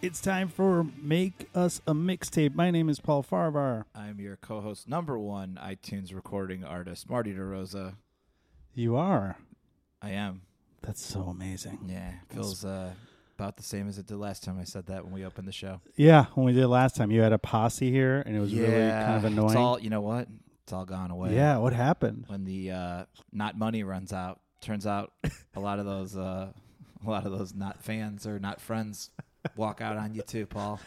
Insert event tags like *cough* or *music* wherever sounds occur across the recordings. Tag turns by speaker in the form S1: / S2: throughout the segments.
S1: It's time for Make Us a Mixtape. My name is Paul Farvar.
S2: I'm your co-host number one iTunes recording artist, Marty DeRosa.
S1: You are.
S2: I am.
S1: That's so amazing.
S2: Yeah, feels uh, about the same as it did last time I said that when we opened the show.
S1: Yeah, when we did it last time, you had a posse here, and it was really kind of annoying.
S2: It's all you know what? It's all gone away.
S1: yeah, what happened?
S2: When the uh, not money runs out, turns out a lot of those uh, a lot of those not fans or not friends walk out on you too, Paul.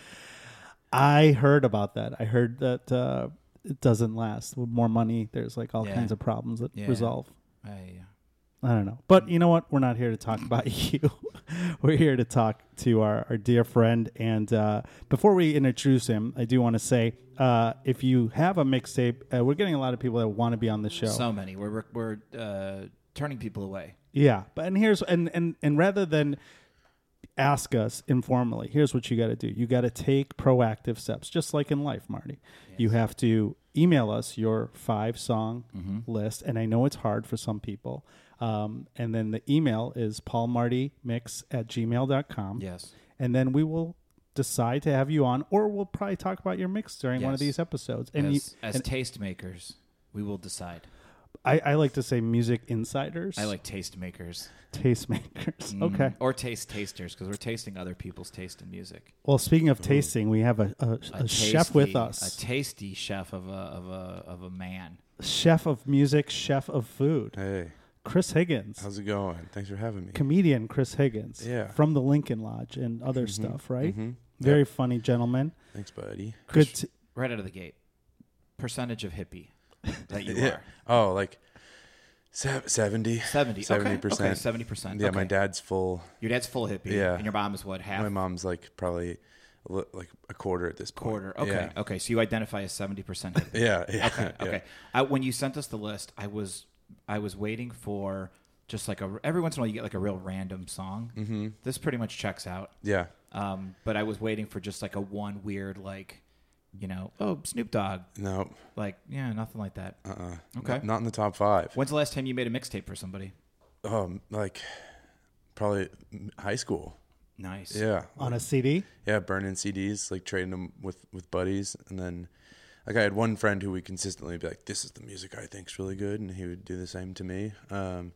S1: I heard about that. I heard that uh, it doesn't last. With more money, there's like all
S2: Yeah.
S1: kinds of problems that
S2: Yeah.
S1: resolve.
S2: I,
S1: I don't know. But you know what? We're not here to talk about *laughs* you. We're here to talk to our, our dear friend. And uh, before we introduce him, I do want to say uh, if you have a mixtape, uh, we're getting a lot of people that want to be on the show.
S2: so many. We're we're uh, turning people away.
S1: yeah. But and here's and and and rather than ask us informally, here's what you got to do. You got to take proactive steps, just like in life, Marty. You have to email us your five song
S2: Mm-hmm.
S1: list, and I know it's hard for some people. Um, and then the email is paulmartymix at gmail.com.
S2: Yes.
S1: And then we will decide to have you on, or we'll probably talk about your mix during one of
S2: Yes.
S1: these episodes. And,
S2: as
S1: you,
S2: as
S1: and
S2: tastemakers, we will decide.
S1: I, I like to say music insiders.
S2: I like Mm-hmm. tastemakers.
S1: tastemakers. *laughs* Mm. Okay.
S2: Or taste tasters because we're tasting other people's taste in music.
S1: Well, speaking of tasting, we have a, a, a chef with
S2: tasty-
S1: us.
S2: A tasty chef of a of a of a man.
S1: chef of music, chef of food.
S3: Hey,
S1: Chris Higgins,
S3: how's it going? Thanks for having me.
S1: comedian Chris Higgins,
S3: Yeah. Mm-hmm.
S1: from the Lincoln Lodge and other stuff, right? Very funny gentleman.
S3: Thanks, buddy.
S1: Good. T-
S2: Right out of the gate. Percentage of hippie that you
S3: *laughs* Yeah.
S2: are.
S3: Oh, like se- 70.
S2: 70
S3: percent.
S2: Okay, okay, 70%.
S3: Yeah, my
S2: Okay.
S3: dad's full.
S2: Your dad's full hippie.
S3: Yeah.
S2: And your mom is what, half
S3: My mom's like probably a li- like a quarter at this point.
S2: quarter. Okay.
S3: Yeah.
S2: Okay. So you identify as seventy percent hippie.
S3: Yeah, *laughs* yeah,
S2: Okay.
S3: yeah.
S2: Okay. I, when you sent us the list, I was I was waiting for just like a every once in a while you get like a real random song. Mm-hmm. This pretty much checks out.
S3: Yeah.
S2: Um, but I was waiting for just like a one weird like, you know, oh Snoop Dogg,
S3: No.
S2: like yeah, nothing like that.
S3: Uh-uh.
S2: Okay.
S3: Not, not in the top five.
S2: When's the last time you made a mixtape for somebody?
S3: Um, like probably m- high school.
S2: Nice.
S3: Yeah.
S1: on a CD.
S3: Yeah, burning CDs, like trading them with with buddies, and then like I had one friend who would consistently be like, "This is the music I think's really good," and he would do the same to me. Um,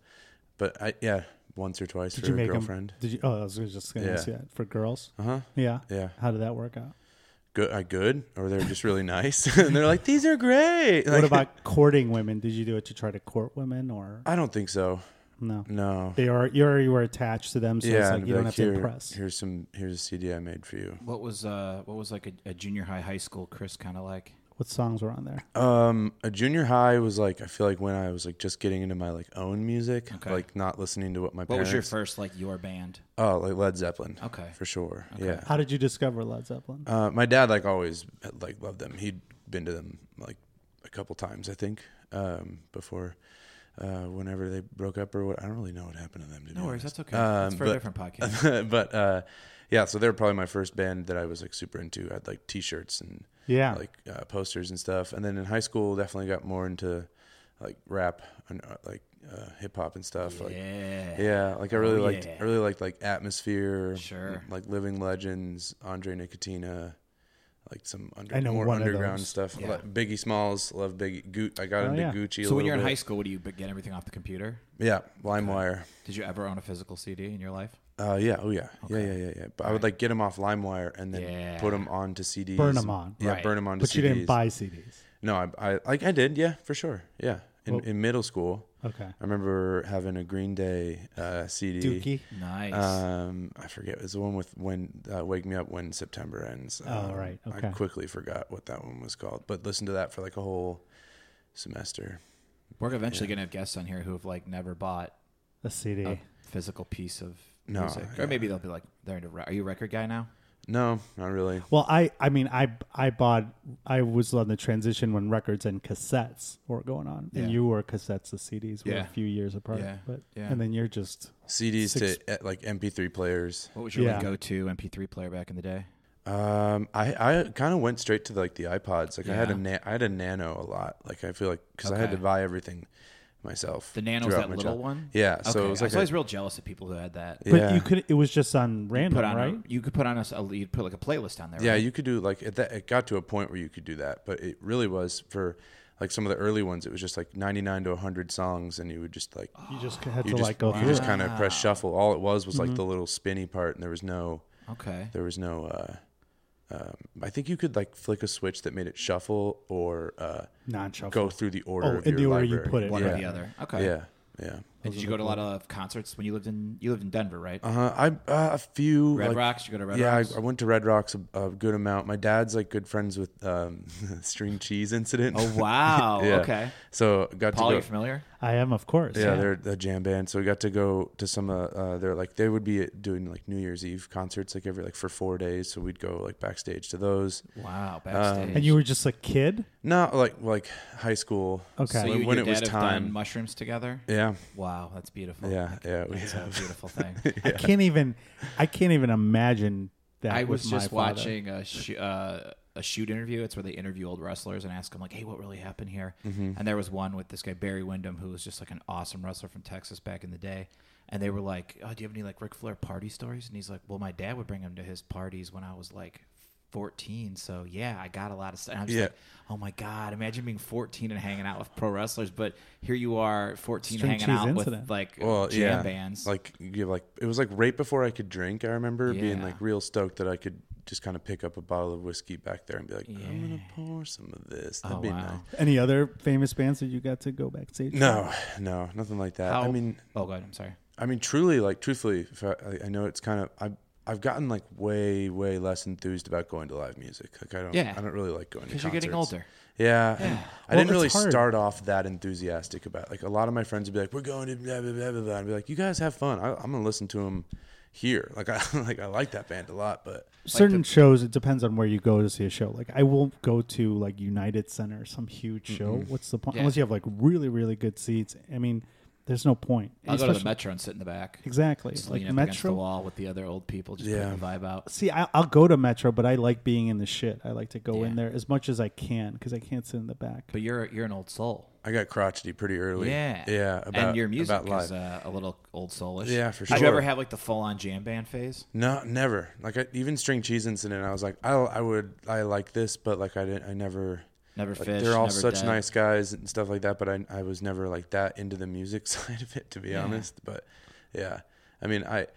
S3: but I yeah, once or twice
S1: Did
S3: for
S1: you
S3: a
S1: make
S3: girlfriend.
S1: Him, did you? Oh, I was just going to
S3: Yeah.
S1: ask you that for girls.
S3: Uh huh.
S1: Yeah.
S3: Yeah.
S1: How did that
S3: *laughs*
S1: work out?
S3: Good, I good, or they're just really *laughs* nice, and they're like, "These are great."
S1: What
S3: Like,
S1: about courting women? Did you do it to try to court women, or
S3: *laughs* I don't think so.
S1: no?
S3: No.
S1: They are you already were attached to them, so
S3: yeah,
S1: it's
S3: and
S1: like
S3: be
S1: you don't
S3: like,
S1: have to
S3: "Here-
S1: impress.
S3: Here's some. Here's a CD I made for you.
S2: What was uh what was like a, a junior high high school Chris kind of like?
S1: What songs were on there?
S3: Um, a junior high was like I feel like when I was like just getting into my like own music,
S2: Okay.
S3: like not listening to what my
S2: What
S3: parents.
S2: was your first like your band?
S3: Oh, like Led Zeppelin.
S2: Okay.
S3: For sure. Yeah.
S1: How did you discover Led Zeppelin?
S3: Uh, my dad like always like loved them. He'd been to them like a couple times, I think, um, before uh, whenever they broke up or what. I don't really know what happened to them. To
S2: No
S3: be
S2: worries,
S3: honest.
S2: that's okay. That's for a
S3: Um, but- *laughs*
S2: different podcast.
S3: but uh, yeah, so they were probably my first band that I was like super into. I had like T-shirts and
S1: Yeah.
S3: like uh, posters and stuff. And then in high school, definitely got more into like rap and uh, like uh, hip hop and stuff. Like
S2: yeah.
S3: yeah, like I really
S2: Oh,
S3: liked
S2: yeah.
S3: I really liked like Atmosphere,
S2: Sure.
S3: like Living Legends, Andre Nicotina, like some under,
S1: I know
S3: more
S1: one of
S3: underground
S1: those.
S3: stuff.
S2: Yeah.
S3: Like Biggie Smalls, love Biggie. Goo I got
S1: Oh,
S3: into
S1: yeah.
S3: Gucci. a
S2: So when
S3: little
S2: you're in
S3: bit.
S2: high school, what do you b- get everything off the computer?
S3: yeah, LimeWire.
S2: Did you ever own a physical CD in your life?
S3: Uh, yeah, oh yeah, yeah, yeah, yeah, yeah. But I would like get them off LimeWire and then
S2: Yeah.
S3: put them onto CDs.
S1: Burn 'em on.
S3: Yeah,
S2: Right.
S3: burn them onto
S1: but
S3: CDs.
S1: you didn't buy CDs.
S3: No, I, I like I did. Yeah, for sure. Yeah, in, in middle school,
S1: Okay.
S3: I remember having a Green Day uh, CD.
S1: Dookie.
S2: Nice.
S3: Um, I forget. It was the one with when uh, "Wake Me Up When September Ends."
S1: Oh,
S3: Um,
S1: right.
S3: I
S1: Okay.
S3: quickly forgot what that one was called, but listened to that for like a whole semester.
S2: We're eventually gonna have guests on here who have like never bought
S1: A CD.
S2: a physical piece of
S3: No,
S2: music, or
S3: yeah.
S2: maybe they'll be like, "They're into. Re- are you a record guy now?"
S3: No, not really.
S1: Well, I I mean I I bought I was on the transition when records and cassettes were going on, and
S2: Yeah.
S1: you were cassettes. The CDs were
S2: Yeah.
S1: a few years apart,
S2: Yeah.
S1: but
S2: Yeah.
S1: and then you're just
S3: CDs
S1: Six-
S3: to eh, like MP3 players.
S2: What was your
S1: Yeah.
S2: like, go-to MP3 player back in the day?
S3: Um, I, I kind of went straight to like the iPods. Like I had a
S2: Yeah.
S3: na- I had a Nano a lot. Like I feel like because I had
S2: Okay.
S3: to buy everything. myself.
S2: The Nano's
S3: throughout
S2: that
S3: my
S2: little
S3: child-
S2: one.
S3: Yeah, so
S2: okay.
S3: it was
S2: I
S3: like
S2: was
S3: a-
S2: always real jealous of people who had that.
S1: But
S3: yeah.
S1: you could. It was just on random,
S2: put on
S1: right?
S2: a, you could put on a, a you'd put like a playlist on there.
S3: Yeah,
S2: right?
S3: you could do like it, that, it got to a point where you could do that, but it really was for like some of the early ones. It was just like 99 to 100 songs, and you would just like
S1: you just had
S3: you
S1: to
S3: just
S1: like go
S3: you
S1: through.
S3: just
S1: it. Mm-hmm.
S3: kind of press
S2: Wow.
S3: shuffle. All it was was like the little spinny part, and there was no
S2: Okay.
S3: there was no. uh um, I think you could like flick a switch that made it shuffle or uh,
S1: non-shuffle.
S3: go through the order.
S1: Oh,
S3: of
S1: in
S3: your
S1: the order you
S3: library.
S1: put it,
S2: One
S3: yeah.
S2: or the other. Okay.
S3: Yeah, yeah.
S2: And did you go to a lot of concerts when you lived in you lived in Denver, right?
S3: Uh, I uh, a few
S2: Red
S3: like,
S2: Rocks. You go to Red
S3: yeah,
S2: Rocks.
S3: I, I went to Red Rocks a, a good amount. My dad's like good friends with um, *laughs* string cheese incident.
S2: *laughs* oh wow.
S3: *laughs* Yeah.
S2: Okay.
S3: So got
S2: Paul,
S3: to
S2: you
S3: go.
S2: familiar?
S1: I am, of course.
S3: yeah, they're a jam band. So we got to go to some. Uh, uh, they're like they would be doing like New Year's Eve concerts like every like for four days. So we'd go like backstage to those.
S2: Wow.
S3: Um,
S2: Backstage.
S1: And you were just a kid.
S2: *laughs*
S3: Not like like high school.
S1: Okay.
S2: so you
S3: when,
S2: and
S3: when
S2: your
S3: it was
S2: dad have done
S3: time.
S2: mushrooms together.
S3: Yeah,
S2: Wow, that's beautiful.
S3: yeah, yeah. We
S2: That's a
S3: have.
S2: beautiful
S3: *laughs*
S2: thing.
S1: I can't even. I can't even imagine that.
S2: I was
S1: with my
S2: just
S1: father.
S2: watching a sh- uh, a shoot interview. It's where they interview old wrestlers and ask them like, "Hey, what really happened here?"
S1: Mm-hmm.
S2: And there was one with this guy Barry Windham, who was just like an awesome wrestler from Texas back in the day. And they were like, "Oh, do you have any like Ric Flair party stories?" And he's like, "Well, my dad would bring him to his parties when I was like." 14 so yeah i got a lot of stuff And i'm just
S3: Yeah.
S2: like oh my god imagine being 14 and hanging out with pro wrestlers but here you are 14
S1: String
S2: hanging
S1: cheese
S2: out
S1: incident.
S2: with like
S3: Well,
S2: jam
S3: yeah.
S2: bands
S3: Like you like it was like right before I could drink. I remember being
S2: Yeah.
S3: like real stoked that I could just kind of pick up a bottle of whiskey back there and be like, I'm gonna pour some of this. That'd
S2: Oh,
S3: be
S2: wow.
S3: nice.
S1: Any other famous bands that you got to go backstage?
S3: No, no, nothing like that.
S2: How-
S3: I mean,
S2: oh god i'm sorry
S3: I mean, truly, like truthfully, if I, I- I know it's kind of I've I've gotten like way way less enthused about going to live music. Like I don't
S2: Yeah.
S3: I don't really like going to
S2: because
S3: concerts.
S2: you're getting older
S3: Yeah, and I
S1: Well,
S3: didn't really
S1: it's hard.
S3: start off that enthusiastic about. It. Like a lot of my friends would be like, "We're going to blah blah blah blah," blah," and I'd be like, "You guys have fun. I, I'm gonna listen to them here. Like I *laughs* like I like that band a lot, but
S1: Certain shows. It depends on where you go to see a show. Like I won't go to like United Center, some huge show. What's the point?
S2: Yeah.
S1: Unless you have like really really good seats. I mean, there's no point.
S2: I'll go to the
S1: Especially-
S2: metro and sit in the back.
S1: Exactly.
S2: Just
S1: like
S2: lean up against the
S1: Metro.
S2: wall with the other old people, just
S3: Yeah.
S2: putting the vibe out.
S1: See, I, I'll go to Metro, but I like being in the shit. I like to go in
S2: Yeah.
S1: there as much as I can because I can't sit in the back.
S2: But you're you're an old soul.
S3: I got crotchety pretty early.
S2: Yeah.
S3: yeah. About,
S2: and your music
S3: about live.
S2: is uh, a little old soulish.
S3: Yeah, for
S2: Did you
S3: sure.
S2: ever have like the full on jam band phase?
S3: No, never. Like I, even string cheese incident, I was like, I, I would, I like this, but like I didn't, I never.
S2: Never
S3: Like,
S2: fish.
S3: they're all
S2: never
S3: such
S2: dead.
S3: nice guys and stuff like that, but I, I was never like that into the music *laughs* side of it, to be honest. But yeah, I mean, I,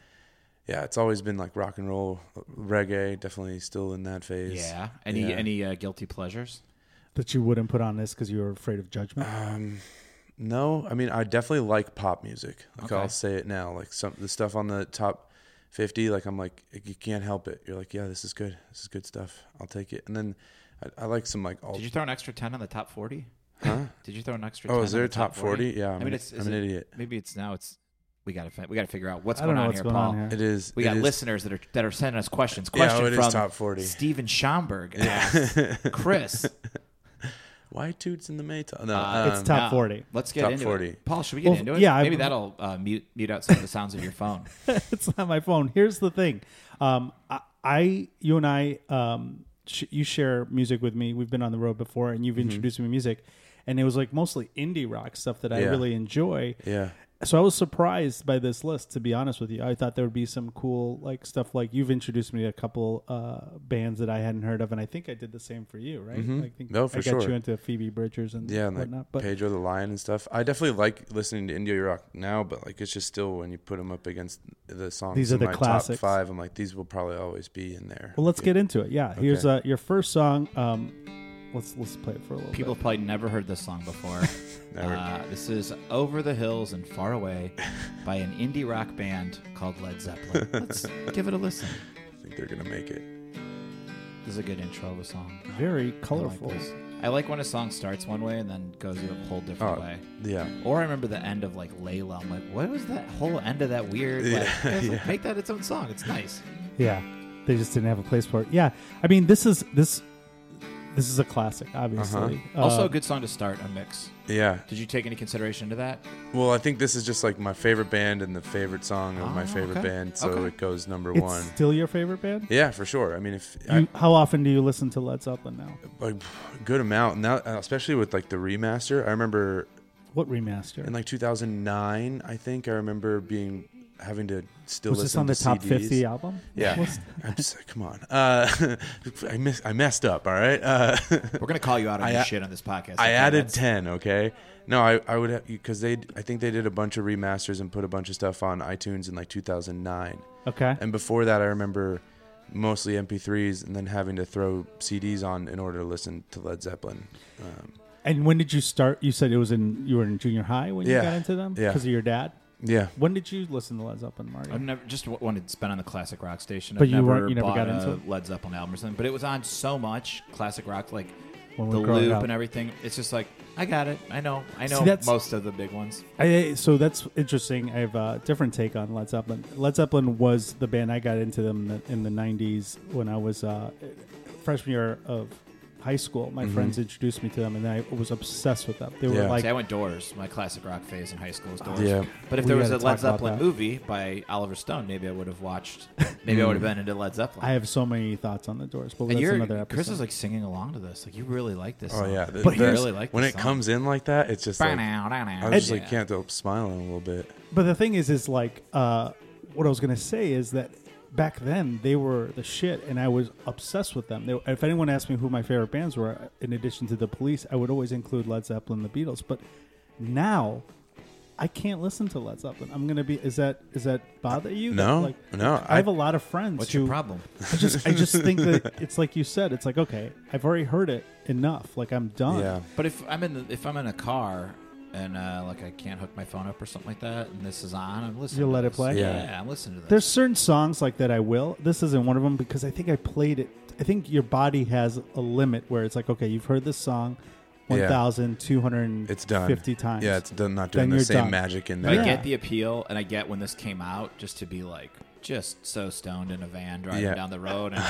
S3: yeah, it's always been like rock and roll, reggae, definitely still in that phase.
S2: Yeah. Any
S3: Yeah.
S2: any uh, guilty pleasures?
S1: that you wouldn't put on this because you were afraid of judgment.
S2: Ah,
S3: No, I mean, I definitely like pop music. Like
S2: Okay.
S3: I'll say it now, like some the stuff on the top fifty. Like I'm like, you can't help it. You're like, yeah, this is good. This is good stuff. I'll take it. And then I, I like some like alt
S2: Did you throw an extra ten on the top forty?
S3: Huh?
S2: *laughs* Did you throw an extra? 10
S3: Oh, is
S2: on
S3: there
S2: the
S3: a top forty? Yeah, I'm,
S2: I mean, it's,
S3: I'm
S2: is
S3: an
S2: it-
S3: idiot.
S2: Maybe it's now. It's we got to fi- we got to figure out what's
S1: I don't
S2: going
S1: know
S2: on
S1: what's
S2: here,
S1: going
S2: Paul.
S1: on here.
S3: It is.
S2: We
S3: it
S2: got
S3: is-
S2: listeners that are that are sending us questions.
S3: Yeah, oh,
S2: Question
S3: it is
S2: from
S3: top 40.
S2: Steven
S3: *laughs*
S2: Schomburg asked Chris.
S3: Why toots in the Maytag? No,
S2: Uh,
S1: it's
S3: um,
S1: top
S2: Now,
S1: 40.
S2: Let's get
S3: Top
S2: into
S3: 40.
S2: it. Paul, should we get
S1: Well,
S2: into it?
S1: yeah, I-
S2: Maybe that'll uh, mute mute out some of the sounds of your phone.
S1: *laughs* it's not my phone. Here's the thing. Um, I, I you and I, um, sh- you share music with me. We've been on the road before, and
S3: Mm-hmm.
S1: you've introduced me to music, and it was like mostly indie rock stuff that I
S3: Yeah.
S1: really enjoy.
S3: Yeah.
S1: So I was surprised by this list, to be honest with you. I thought there would be some cool like stuff. Like you've introduced me to a couple uh, bands that I hadn't heard of, and I think I did the same for you, right? I think
S3: Mm-hmm. No, for
S1: I got
S3: sure.
S1: you into Phoebe Bridgers and
S3: Yeah, and like
S1: whatnot. But
S3: Pedro the Lion and stuff. I definitely like listening to Indie Rock now, but like it's just still when you put them up against the songs
S1: These are
S3: in
S1: the
S3: my
S1: classics.
S3: top five, I'm like these will probably always be in there.
S1: well, let's get into it. Yeah, here's
S3: Okay.
S1: uh, your first song. Um, let's let's play it for a little
S2: People
S1: bit.
S2: have probably never heard this song before.
S3: *laughs* Never.
S2: Uh, this is "Over the Hills and Far Away" by an indie rock band called Led
S3: *laughs*
S2: Zeppelin. Let's give it a listen.
S3: I think they're gonna make it.
S2: This is a good intro of a song.
S1: Very
S2: I like,
S1: colorful.
S2: this. I like when a song starts one way and then goes a whole different
S3: Oh,
S2: way.
S3: yeah.
S2: Or I remember the end of like Layla. I'm like, what was that whole end of that weird? Like,
S3: *laughs* Yeah,
S2: it's like, Make that its own song. It's nice.
S1: Yeah, they just didn't have a place for it. Yeah, I mean this is this this is a classic, obviously.
S3: Uh-huh.
S1: Uh,
S2: also, a good song to start a mix.
S3: Yeah.
S2: Did you take any consideration into that?
S3: Well, I think this is just like my favorite band and the favorite song of my
S2: Oh,
S3: favorite
S2: okay.
S3: band, so
S2: Okay.
S3: it goes number
S1: Ah, it's
S3: one.
S1: still your favorite band.
S3: Yeah, for sure. I mean, if I,
S1: You, how often do you listen to Led Zeppelin now?
S3: a good amount now, especially with like the remaster. I remember
S1: What remaster?
S3: in like 2009 i think i remember being having to still
S1: was this
S3: listen
S1: on the
S3: to
S1: top
S3: CDs.
S1: 50 album?
S3: yeah *laughs*
S1: Was-
S3: I'm just, come on uh *laughs* i miss i messed up all right uh *laughs*
S2: We're gonna call you out on
S3: I
S2: your
S3: a-
S2: shit on this podcast.
S3: i
S2: okay?
S3: added
S2: That's-
S3: 10 okay no i i would because they i think they did a bunch of remasters and put a bunch of stuff on itunes in like 2009
S1: Okay.
S3: and before that i remember mostly mp3s and then having to throw cds on in order to listen to led zeppelin um,
S1: And when did you start? You said it was in you were in junior high when you
S3: Yeah.
S1: got into them
S3: Yeah.
S1: because of your dad.
S3: yeah
S1: When did you listen to Led Zeppelin, Marty?
S2: I've never just w- wanted to spend on the classic rock station.
S1: But
S2: I've
S1: you
S2: never
S1: weren't- you never
S2: bought
S1: got
S2: a
S1: into it?
S2: Led Zeppelin album or something. But it was on so much classic rock, like
S1: When we
S2: the
S1: were growing
S2: loop
S1: up.
S2: and everything. It's just like I got it. I know. I know
S1: See, that's-
S2: most of the big ones.
S1: I, so that's interesting. I have a different take on Led Zeppelin. Led Zeppelin was the band I got into them in the, in the '90s when I was uh, freshman year of high school. My friends introduced me to them, and I was obsessed with them. They were
S3: Yeah.
S1: like,
S2: Mm-hmm. See, I went Doors. My classic rock phase in high school was Doors.
S3: Yeah.
S2: But if
S1: We
S2: there was
S1: gotta
S2: a Led
S1: talk about
S2: Zeppelin
S1: that.
S2: movie by Oliver Stone, maybe I would have watched.
S1: *laughs*
S2: Maybe I would have been into Led Zeppelin.
S1: Mm. I have so many thoughts on the Doors, but
S2: and
S1: that's
S2: you're,
S1: another episode.
S2: Chris is like singing along to this. Like you really like this.
S3: oh
S2: song.
S3: yeah
S2: but
S1: But
S2: you
S1: here's-
S2: really like
S3: when
S2: this
S3: it
S2: song.
S3: comes in like that it's just like I
S2: I
S3: was just like can't help smiling a little bit.
S1: But the thing is, is like uh, what I was gonna say is that back then they were the shit, and I was obsessed with them. They, if anyone asked me who my favorite bands were, uh, in addition to the Police, I would always include Led Zeppelin, and the Beatles. But now, I can't listen to Led Zeppelin. I'm gonna be is that is that bother you?
S3: No,
S1: like,
S3: no,
S1: I have a
S3: I-
S1: lot of friends.
S2: What's
S1: who,
S2: your problem?
S1: I just I just think that
S2: *laughs*
S1: it's like you said. It's like okay, I've already heard it enough. Like I'm done.
S3: Yeah.
S2: But if I'm in the, if I'm in a car and uh, like I can't hook my phone up or something like that, and this is on, I'm listening.
S1: You'll
S2: to
S1: let it
S2: this.
S1: play?
S2: Yeah.
S3: Yeah.
S2: I'm listening to this.
S1: There's certain songs like that I will. This isn't one of them because I think I played it. I think your body has a limit where it's like, okay, you've heard this song
S3: Yeah.
S1: 1,250
S3: It's done.
S1: times.
S3: Yeah, it's done, not
S1: Then
S3: doing the
S1: you're
S3: same
S1: done.
S3: magic in
S2: but
S3: there.
S1: Yeah.
S2: I get the appeal, and I get when this came out, just to be like just so stoned in a van driving
S3: Yeah.
S2: down the road, and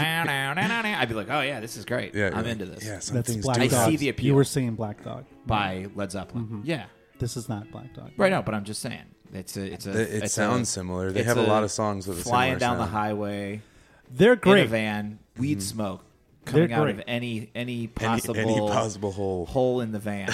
S2: I'd be like, oh yeah, this is great.
S3: Yeah,
S2: I'm
S3: yeah.
S2: into this.
S3: Yeah, some
S1: That's
S3: things
S1: Black
S3: do
S1: Dog.
S2: I
S3: have-
S2: see the appeal.
S1: You were singing Black Dog.
S2: By Led Zeppelin.
S1: Mm-hmm.
S2: Yeah.
S1: This is not Black Dog.
S2: Right now, but I'm just saying it's a it's a
S3: It- it
S2: it's
S3: sounds
S2: a-
S3: similar. They
S2: it's
S3: have a lot of songs with a
S2: flying
S3: similar
S2: down the
S3: sound.
S2: highway.
S1: They're
S2: in a
S1: great.
S2: van, weed smoke coming
S1: They're
S2: out of
S1: great.
S2: any any
S3: Mm-hmm. any,
S2: possible
S3: any possible hole.
S2: hole in the
S3: *laughs*
S2: van.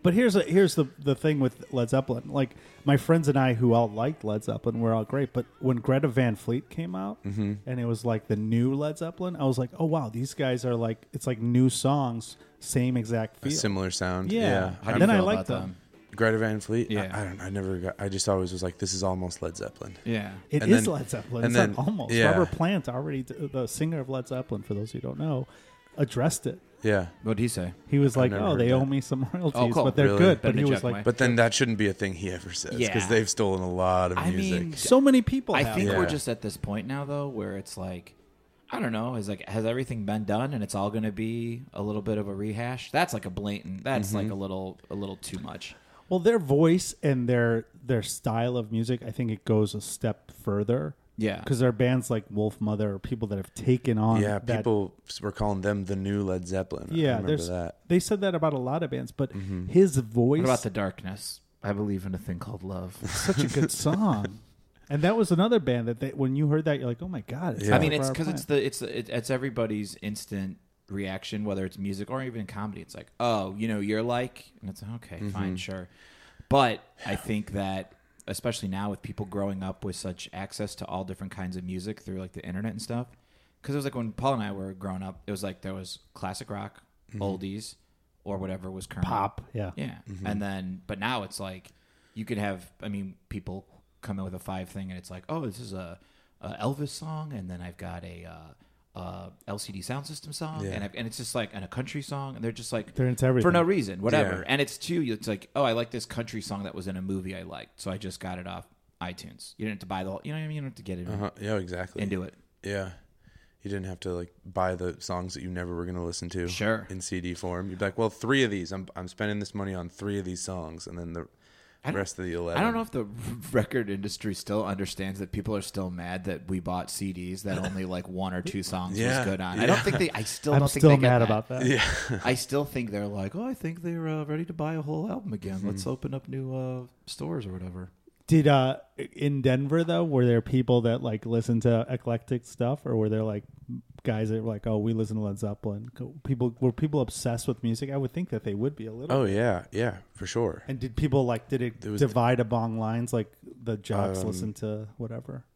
S1: But here's a, here's the the thing with Led Zeppelin. Like my friends and I, who all liked Led Zeppelin, were all great. But when Greta Van Fleet came out,
S3: Mm-hmm.
S1: and it was like the new Led Zeppelin, I was like, oh wow, these guys are like it's like new songs, same exact
S3: A
S1: feel.
S3: similar sound.
S1: Yeah.
S3: Yeah.
S2: How do
S1: Then
S2: you
S1: I
S2: feel
S1: liked
S2: about
S1: them.
S3: Greta Van Fleet.
S2: Yeah.
S3: I, I don't. I never. Got, I just always was like, this is almost Led Zeppelin.
S2: Yeah,
S1: It is
S3: And then-
S1: Led Zeppelin.
S3: and
S1: it's not
S3: then-
S1: almost.
S3: yeah.
S1: Robert Plant already, d- the singer of Led Zeppelin, for those who don't know, addressed it.
S3: Yeah.
S2: what'd he say?
S1: He was like,
S3: never
S1: "Oh,
S3: heard
S1: they
S3: that.
S1: owe me some *laughs* royalties,
S2: Oh, cool.
S1: but they're
S3: Really?
S1: good."
S2: Better
S1: But he
S2: than
S1: was
S2: Jack
S1: like,
S2: White.
S3: But then that shouldn't be a thing he ever says because
S2: Yeah.
S3: they've stolen a lot of
S2: I
S3: music.
S2: mean,
S1: "So many people."
S2: I
S1: have
S2: think
S1: it.
S2: we're
S3: Yeah.
S2: just at this point now though, where it's like, I don't know, is like has everything been done, and it's all going to be a little bit of a rehash. That's like a blatant. That's
S3: Mm-hmm.
S2: like a little a little too much.
S1: well, their voice and their their style of music. I think it goes a step further.
S2: Yeah.
S1: because there are bands like Wolf Mother, or people that have taken on.
S3: yeah,
S1: that-
S3: people were calling them the new Led Zeppelin. I
S1: Yeah,
S3: remember
S1: there's
S3: that. Mm-hmm.
S1: they said that about a lot of bands, but his voice.
S2: What about the darkness? I believe in a thing called love.
S1: such a
S2: *laughs*
S1: good song. And that was another band that they, when you heard that, you're like, "Oh my god!" It's
S3: Yeah.
S2: I mean,
S1: Robert
S2: it's because
S1: Plant."
S2: it's the it's it, it's everybody's instant reaction, whether it's music or even comedy. It's like, oh, you know, you're like, and it's okay, fine, sure. But I think that especially now with people growing up with such access to all different kinds of music through like the internet and stuff, because it was like when Paul and I were growing up, it was like there was classic rock, oldies, or whatever was current
S1: pop. Yeah,
S2: yeah. And then, but now it's like you could have, I mean, people come in with a five thing and it's like, oh, this is a, a Elvis song. And then I've got a, uh, uh, LCD sound system song.
S3: Yeah.
S2: And, I've, and it's just like, and a country song. And they're just like,
S1: They're into
S2: for
S1: everything.
S2: no reason, whatever.
S3: Yeah.
S2: And it's too, it's like, oh, I like this country song that was in a movie I liked. So I just got it off iTunes. You didn't have to buy the whole, you know what I mean? You don't have to get it
S3: Uh-huh. Yeah, exactly.
S2: into it.
S3: Yeah. You didn't have to like buy the songs that you never were going to listen to.
S2: Sure.
S3: In CD form, you'd be like, well, three of these. I'm I'm spending this money on three of these songs, and then the
S2: I don't-
S3: rest of the eleven.
S2: I don't know if the *laughs* record industry still understands that people are still mad that we bought CDs that only like one or two songs
S3: Yeah,
S2: was good on. I
S3: yeah.
S2: don't think they. I still
S1: *laughs* I'm
S2: don't
S1: still
S2: think they
S1: mad
S2: get
S1: about that.
S3: Yeah.
S2: *laughs* I still think they're like, oh, I think they're uh, ready to buy a whole album again.
S3: Mm-hmm.
S2: Let's open up new uh, stores or whatever.
S1: Did uh in Denver though, were there people that like listened to eclectic stuff, or were there like guys that were like, "Oh, we listen to Led Zeppelin." Co- People were people obsessed with music. I would think that they would be a little.
S3: Oh yeah, yeah, for sure. *laughs*
S1: And did people like? Did it
S3: There was-
S1: divide among lines? Like the jocks
S3: Um,
S1: listen to whatever.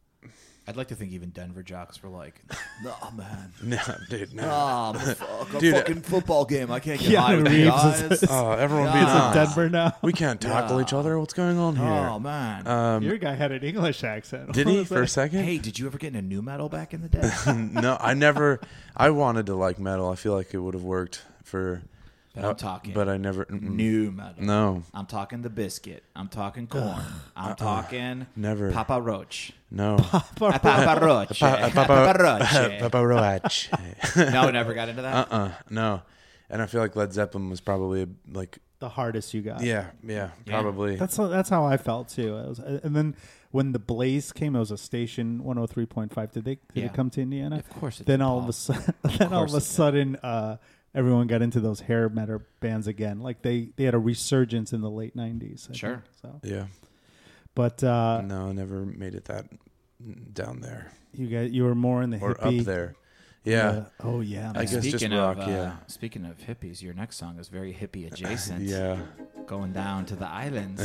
S2: I'd like to think even Denver jocks were like, nah, man.
S3: No, dude, no.
S2: Nah, I'm
S3: *laughs*
S2: a fuck, a
S3: Dude, uh,
S2: fucking football game. I can't get
S1: Keanu
S2: high with you
S1: Reeves is- *laughs*
S2: guys.
S3: Oh, everyone
S2: Nah.
S3: beats
S2: It's a
S3: us.
S1: Denver now. *laughs*
S3: We can't tackle each other. What's going on
S2: Oh *laughs*
S3: here?
S2: man.
S3: Uh,
S1: Your guy had an English accent.
S3: Um, Did
S1: What
S3: he
S1: was
S3: for a
S1: that?
S3: second?
S2: hey, did you ever get into new metal back in the day?
S3: *laughs* no, I never. I wanted to like metal. I feel like it would have worked for. uh,
S2: But I'm talking
S3: But I never. mm-mm.
S2: new metal.
S3: No,
S2: I'm talking the biscuit. I'm talking corn. I'm talking
S3: never.
S2: Papa Roach.
S3: no. *laughs*
S2: A Papa Roach.
S3: Pa-
S2: A
S3: pa- pa-
S2: Papa Roach. *laughs*
S3: Papa Roach. *laughs*
S2: No, never got into that.
S3: Uh-uh. No. And I feel like Led Zeppelin was probably like
S1: The hardest you got.
S3: yeah, yeah,
S2: Yeah.
S3: probably.
S1: That's how- that's how I felt too. I was, and then when the Blaze came, it was a station 103.5. Did they did
S2: Yeah.
S1: it come to
S3: Uh,
S1: Indiana?
S2: Of course it
S1: Then
S2: did,
S1: all of
S2: Paul.
S1: a sudden, *laughs* then all
S2: course
S1: of a
S2: it did.
S1: sudden, uh, everyone got into those hair metal bands again. Like they they had a resurgence in the late 90s. I think.
S2: Sure.
S1: So,
S3: yeah.
S1: but uh,
S3: No, I never made it that down there
S1: you got you were more in the
S3: or
S1: hippie.
S3: up there. Yeah.
S1: uh, oh yeah.
S3: I
S1: man.
S3: guess just rock,
S2: of, uh,
S3: yeah.
S2: Speaking of hippies, your next song is very
S3: *laughs*
S2: hippie adjacent.
S3: Yeah.
S2: Going down to the
S3: *laughs*
S2: islands.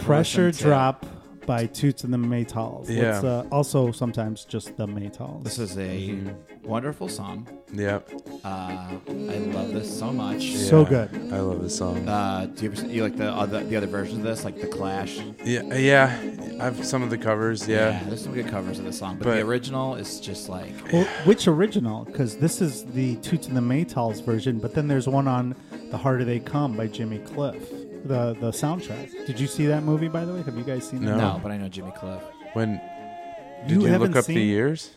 S1: Pressure
S2: Listen to-
S1: drop by Toots and the Maytals.
S3: Yeah.
S1: It's, uh, also sometimes just the Maytals.
S2: This is a
S3: Mm-hmm.
S2: wonderful song.
S3: Yeah.
S2: Uh, I love this so much.
S1: So
S3: Yeah.
S1: good.
S3: I love this song.
S2: Uh, do you ever you like the other the other versions of this, like the Clash?
S3: yeah. Yeah. I've some of the covers, yeah.
S2: there's some good covers of this song, but,
S3: But-
S2: the original is just like
S1: Well, which original? Because this is the Toots and the Maytals version, but then there's one on "The Harder They Come" by Jimmy Cliff, the the soundtrack. Did you see that movie? By the way, have you guys seen
S3: No.
S1: that?
S2: no. But I know Jimmy Cliff.
S3: When did
S1: You
S3: you,
S1: haven't
S3: look up the
S1: seen-
S3: years?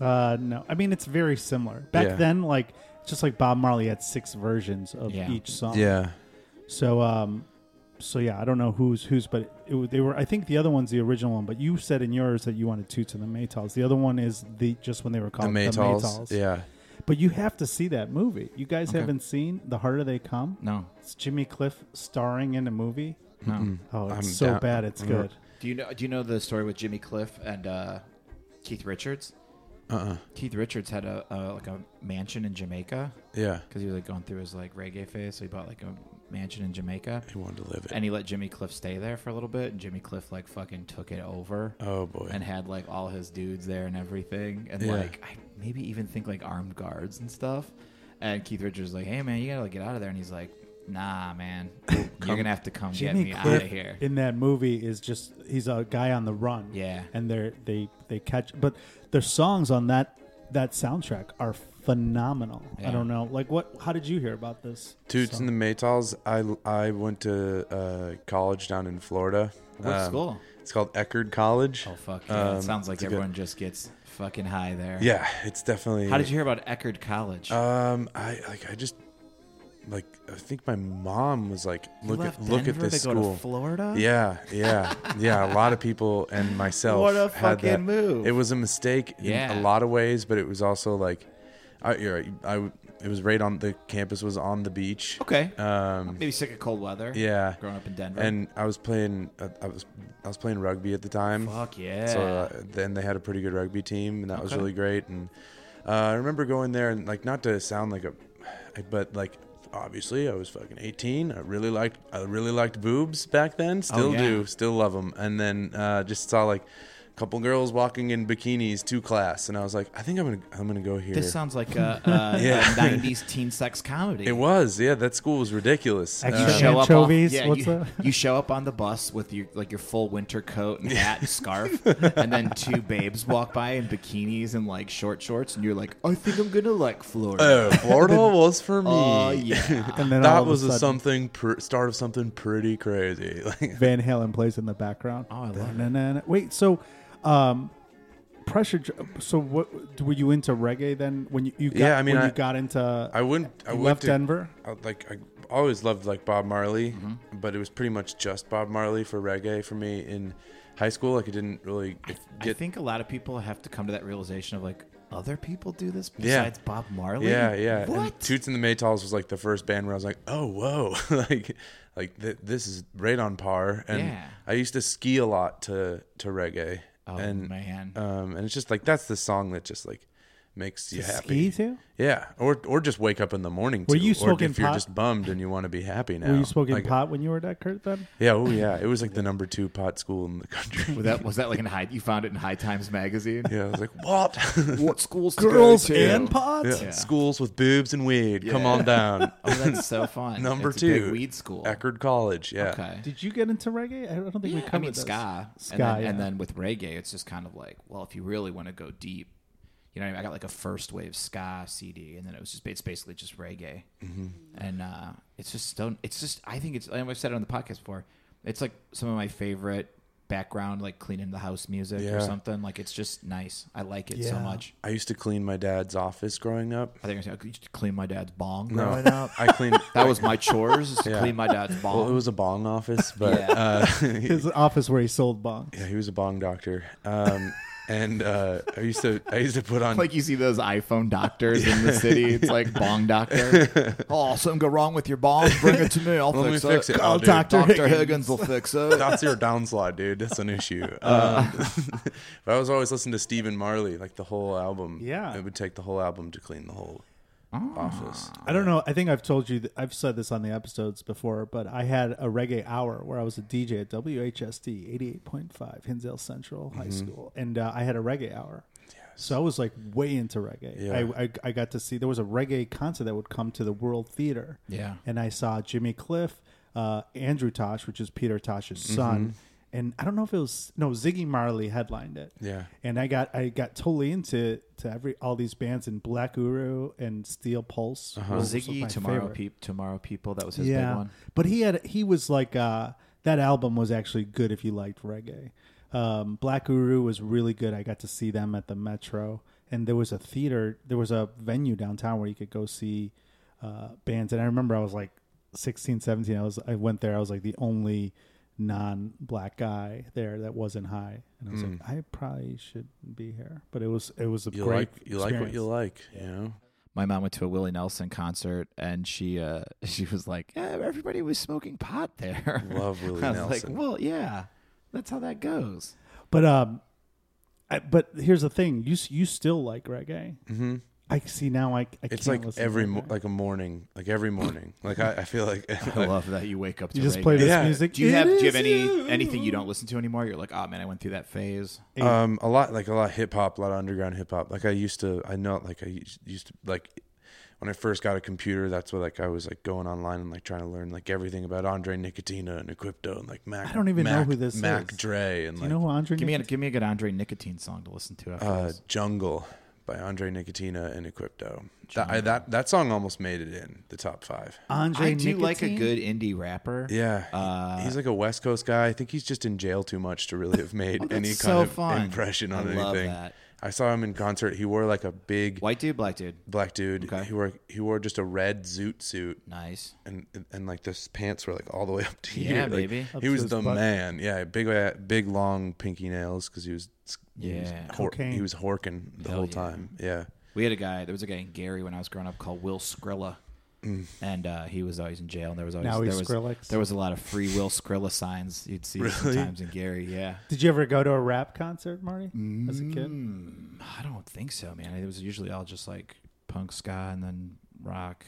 S1: Uh, no, I mean it's very similar. Back
S3: Yeah.
S1: then, like it's just like Bob Marley had six versions of
S2: Yeah.
S1: each song.
S3: Yeah.
S1: So um, so yeah, I don't know who's who's, but it, wa- they were. I think the other one's the original one, but you said in yours that you wanted Toots and the Maytals. The other one is the just when they were
S3: The
S1: called
S3: Maytals.
S1: Maytals.
S3: Yeah.
S1: But you have to see that movie. You guys
S2: Okay.
S1: haven't seen The Harder They Come?
S2: No,
S1: It's Jimmy Cliff starring in a movie.
S2: no.
S1: Oh, it's
S3: I'm
S1: so
S3: down-
S1: bad, it's
S2: Mm-hmm.
S3: I'm-
S1: good.
S2: Do you know Do you know the story with Jimmy Cliff and uh, Keith Richards?
S3: Uh-uh.
S2: Keith Richards had a, a like a mansion in Jamaica
S3: Yeah.
S2: because he was like going through his like reggae phase. So he bought like a mansion in Jamaica,
S3: He wanted to live it.
S2: and he let Jimmy Cliff stay there for a little bit. And Jimmy Cliff like fucking took it over.
S3: oh boy.
S2: and had like all his dudes there and everything, and
S3: Yeah.
S2: like I maybe even think like armed guards and stuff. And Keith Richards is like, "Hey man, you gotta like, get out of there," and he's like, "Nah, man, you're gonna have to come
S1: Jimmy
S2: get me out
S1: Cliff
S2: of here."
S1: in that movie is just he's a guy on the run.
S2: Yeah.
S1: And they're they they catch but their songs on that that soundtrack are phenomenal. I
S2: Yeah.
S1: don't know. Like what how did you hear about this?
S3: Toots
S1: song?
S3: and the Maytals. I I went to uh, college down in Florida.
S2: What
S3: Um,
S2: school?
S3: It's called Eckerd College.
S2: Oh fuck! Yeah.
S3: um,
S2: it sounds like
S3: it's a good-
S2: everyone just gets fucking high there.
S3: Yeah, it's definitely.
S2: How did you hear about Eckerd College?
S3: Um, I like I just like I think my mom was like,
S2: You
S3: look
S2: left
S3: at look at
S2: Denver
S3: this
S2: to go
S3: school.
S2: to Florida.
S3: Yeah, yeah, yeah. A lot of people and
S2: *laughs*
S3: myself.
S2: What a
S3: had that.
S2: fucking move.
S3: It was a mistake in
S2: Yeah.
S3: a lot of ways, but it was also like, I, you're right, I it was right on the campus was on the beach.
S2: Okay.
S3: Um,
S2: Maybe sick of cold weather.
S3: yeah.
S2: Growing up in Denver.
S3: And I was playing, uh, I was I was playing rugby at the time.
S2: fuck yeah.
S3: So uh, then they had a pretty good rugby team, and that was
S2: Okay.
S3: really great. And uh, I remember going there, and like not to sound like a, but like obviously I was fucking 18. I really liked I really liked boobs back then. Still
S2: Oh, yeah.
S3: do, still love them. And then uh, just saw like a couple girls walking in bikinis to class, and I was like, I think I'm gonna I'm gonna go here.
S2: this sounds like
S3: *laughs*
S2: a, a,
S3: Yeah.
S2: a '90s teen sex comedy.
S3: it was yeah, that school was ridiculous.
S1: Actually,
S2: You
S1: Uh,
S3: *laughs*
S2: show up on,
S1: anchovies,
S2: yeah,
S1: what's
S2: you,
S1: that?
S2: you show up on the bus with your like your full winter coat
S3: *laughs*
S2: and hat and scarf, and then two babes walk by in bikinis and like short shorts, and you're like, I think I'm gonna like Florida.
S3: Uh,
S2: *laughs*
S3: Florida was for me.
S2: Oh yeah,
S3: *laughs*
S1: and then all
S3: That
S1: of
S3: was
S1: a
S3: a
S1: sudden,
S3: something pr- start of something pretty crazy. *laughs* Like
S1: Van Halen plays in the background.
S2: Oh, I love
S1: it. Wait, so um pressure dr- so what were you into reggae then when you, you got
S3: Yeah, I mean,
S1: when
S3: I-
S1: you got into
S3: I wouldn't. I
S1: you
S3: went
S1: left
S3: to-
S1: Denver?
S3: I, like I always loved like Bob Marley,
S1: Mm-hmm.
S3: but it was pretty much just Bob Marley for reggae for me in high school. Like I didn't really get.
S2: I think a lot of people have to come to that realization of like other people do this
S3: Yeah.
S2: besides Bob Marley.
S3: yeah, yeah. And
S2: What?
S3: Toots and the Maytals was like the first band where I was like, oh whoa, *laughs* like like th- this is right on par. And
S2: Yeah.
S3: I used to ski a lot to to reggae.
S2: Oh
S3: and uh,
S2: man,
S3: um, and it's just like that's the song that just like makes you
S1: To Ski
S3: happy.
S1: too?
S3: Yeah, or or just wake up in the morning.
S1: Were
S3: to,
S1: you
S3: or
S1: smoking
S3: if you're
S1: pot?
S3: just bummed and you want to be happy now?
S1: Were you smoking
S3: Like,
S1: pot when you were at Kurt then?
S3: Yeah, oh yeah, it was like the number two pot school in the country.
S2: Was that was that like in high? You found it in High Times magazine.
S3: *laughs* yeah, I was like, what? *laughs*
S2: What schools? to go
S1: Girls
S2: to?
S1: and pot?
S3: yeah. Schools with boobs and weed. Come
S2: Yeah.
S3: on
S2: *laughs*
S3: down.
S2: Oh, that's so fun.
S3: number
S2: It's a big
S3: two,
S2: weed school.
S3: Eckerd College. Yeah.
S2: Okay.
S1: Did you get into reggae? I don't think we
S2: Yeah,
S1: covered
S2: I mean
S1: this.
S2: ska,
S1: Ska,
S2: and then,
S1: yeah.
S2: and then with reggae, it's just kind of like, well, if you really want to go deep, you know, what I, mean? I got like a first wave ska CD, and then it was just it's basically just reggae,
S1: Mm-hmm.
S2: and uh, it's just do It's just I think it's. I've said it on the podcast before. It's like some of my favorite background, like cleaning the house music
S3: Yeah.
S2: or something. Like it's just nice. I like it so
S1: Yeah.
S2: much.
S3: I used to clean my dad's office growing up.
S2: I think I said, "Oh, "I used to clean my dad's bong.
S3: No,
S1: Growing up.
S3: *laughs* I
S2: *laughs*
S3: cleaned.
S2: That was my chores is to
S3: *laughs* Yeah.
S2: clean my dad's bong.
S3: Well, it was a bong office, but
S2: Yeah.
S3: uh, *laughs*
S1: His office where he sold bongs.
S3: yeah, he was a bong doctor. Um, and uh, I used to, I used to put on.
S2: like you see those iPhone doctors in the city. It's like bong doctor. oh, something go wrong with your bong? Bring it to me. I'll
S3: Let
S2: fix,
S3: me fix it.
S2: it.
S3: Oh,
S1: I'll
S3: dude.
S1: talk to
S2: Doctor
S1: Higgins.
S2: Higgins will fix it.
S3: That's your downslide, dude. That's an
S1: *laughs*
S3: issue. Um, *laughs* but I was always listening to Stephen Marley, like the whole album.
S1: Yeah.
S3: it would take the whole album to clean the whole
S1: Ah.
S3: office.
S1: I don't know. I think I've told you, th- I've said this on the episodes before, but I had a reggae hour where I was a DJ at WHSD 88.5 Hinsdale Central High
S3: Mm-hmm.
S1: School. And uh, I had a reggae hour. So I was like way into reggae.
S3: Yeah.
S1: I, I, I got to see, there was a reggae concert that would come to the World Theater.
S2: Yeah.
S1: And I saw Jimmy Cliff, uh, Andrew Tosh, which is Peter Tosh's
S3: Mm-hmm.
S1: son. And I don't know if it was, no, Ziggy Marley headlined it
S3: Yeah.
S1: and I got I got totally into to every all these bands and Black Guru and Steel Pulse.
S3: Uh-huh.
S2: Well,
S1: was my
S2: Ziggy tomorrow,
S1: favorite.
S2: peop tomorrow people. That was his
S1: yeah.
S2: big one.
S1: But he had he was like uh, that album was actually good if you liked reggae. Um, Black Guru was really good. I got to see them at the Metro, and there was a theater, there was a venue downtown where you could go see uh, bands. And I remember I was like 16, 17. I was I went there. I was like the only non-black guy there that wasn't high, and I was like, I probably shouldn't be here. But it was it was a
S3: Hmm. You
S1: great
S3: like you like what
S1: experience.
S3: you like, you know.
S2: My mom went to a Willie Nelson concert and she uh, *laughs* she was like, yeah, everybody was smoking pot there. *laughs*
S3: Love Willie
S2: I was
S3: Nelson.
S2: like, well, yeah, that's how that goes.
S1: But um, I, but here's the thing: you s- you still like reggae. Mm-hmm. I see now. I, I can't
S3: It's like
S1: listen to
S3: every
S1: reggae.
S3: mo- like a morning, like every morning. like I, I feel like
S1: *laughs*
S3: *laughs*
S2: I love that you wake up to
S1: you just
S2: reggae.
S1: play this
S3: Yeah.
S1: music.
S2: Do you have
S1: It
S2: do you have
S1: is
S2: any
S1: you.
S2: anything you don't listen to anymore? You're like, oh man, I went through that phase.
S3: um a lot like a lot of hip hop, a lot of underground hip hop. Like I used to, I know like I used- used to like when I first got a computer. That's what like I was like going online and like trying to learn like everything about Andre Nicotina and Equipto and like Mac.
S1: I don't even know
S3: Mac-
S1: who this
S3: Mac
S1: is.
S3: Dre and
S1: Do
S3: like
S1: you know who Andre?
S2: Give me a,
S1: Nick-
S2: give me a good Andre Nicotine song to listen to. After
S3: uh,
S2: this.
S3: Jungle by Andre Nicotina and Equipto. That, I, that that song almost made it in the top five.
S1: Andre
S2: I do like a
S1: Nicotine?
S2: good indie rapper.
S3: Yeah, he-
S2: Uh,
S3: he's like a West Coast guy. I think he's just in jail too much to
S1: *laughs*
S3: really have made
S2: Oh, that's
S3: any kind
S2: so
S3: of
S2: fun.
S3: impression on
S2: I
S3: anything.
S2: love that.
S3: I saw him in concert. He wore like a big
S2: White dude, black dude.
S3: black dude.
S2: Okay.
S3: He wore he wore just a red zoot suit
S2: Nice.
S3: and and like this pants were like all the way *laughs* up to
S2: Yeah,
S3: here. Like,
S2: baby.
S1: Up
S3: He
S1: to
S3: was
S1: his
S3: the
S1: butt.
S3: man. Yeah, big uh, big long pinky nails because he was he was
S2: Yeah.
S3: hor-
S1: Cocaine.
S3: he was horking the
S2: Hell
S3: whole
S2: yeah.
S3: time. Yeah.
S2: We had a guy. There was a guy in Gary when I was growing up called Will Skrilla,
S3: Mm.
S2: and uh, he was always in jail. And there was always
S1: Now he's
S2: there was
S1: Skrillex.
S2: there was a lot of free Will Skrilla signs you'd see sometimes in Gary. Yeah.
S1: Did you ever go to a rap concert, Marty, as a kid?
S2: Mm, I don't think so, man. It was usually all just like punk ska and then rock.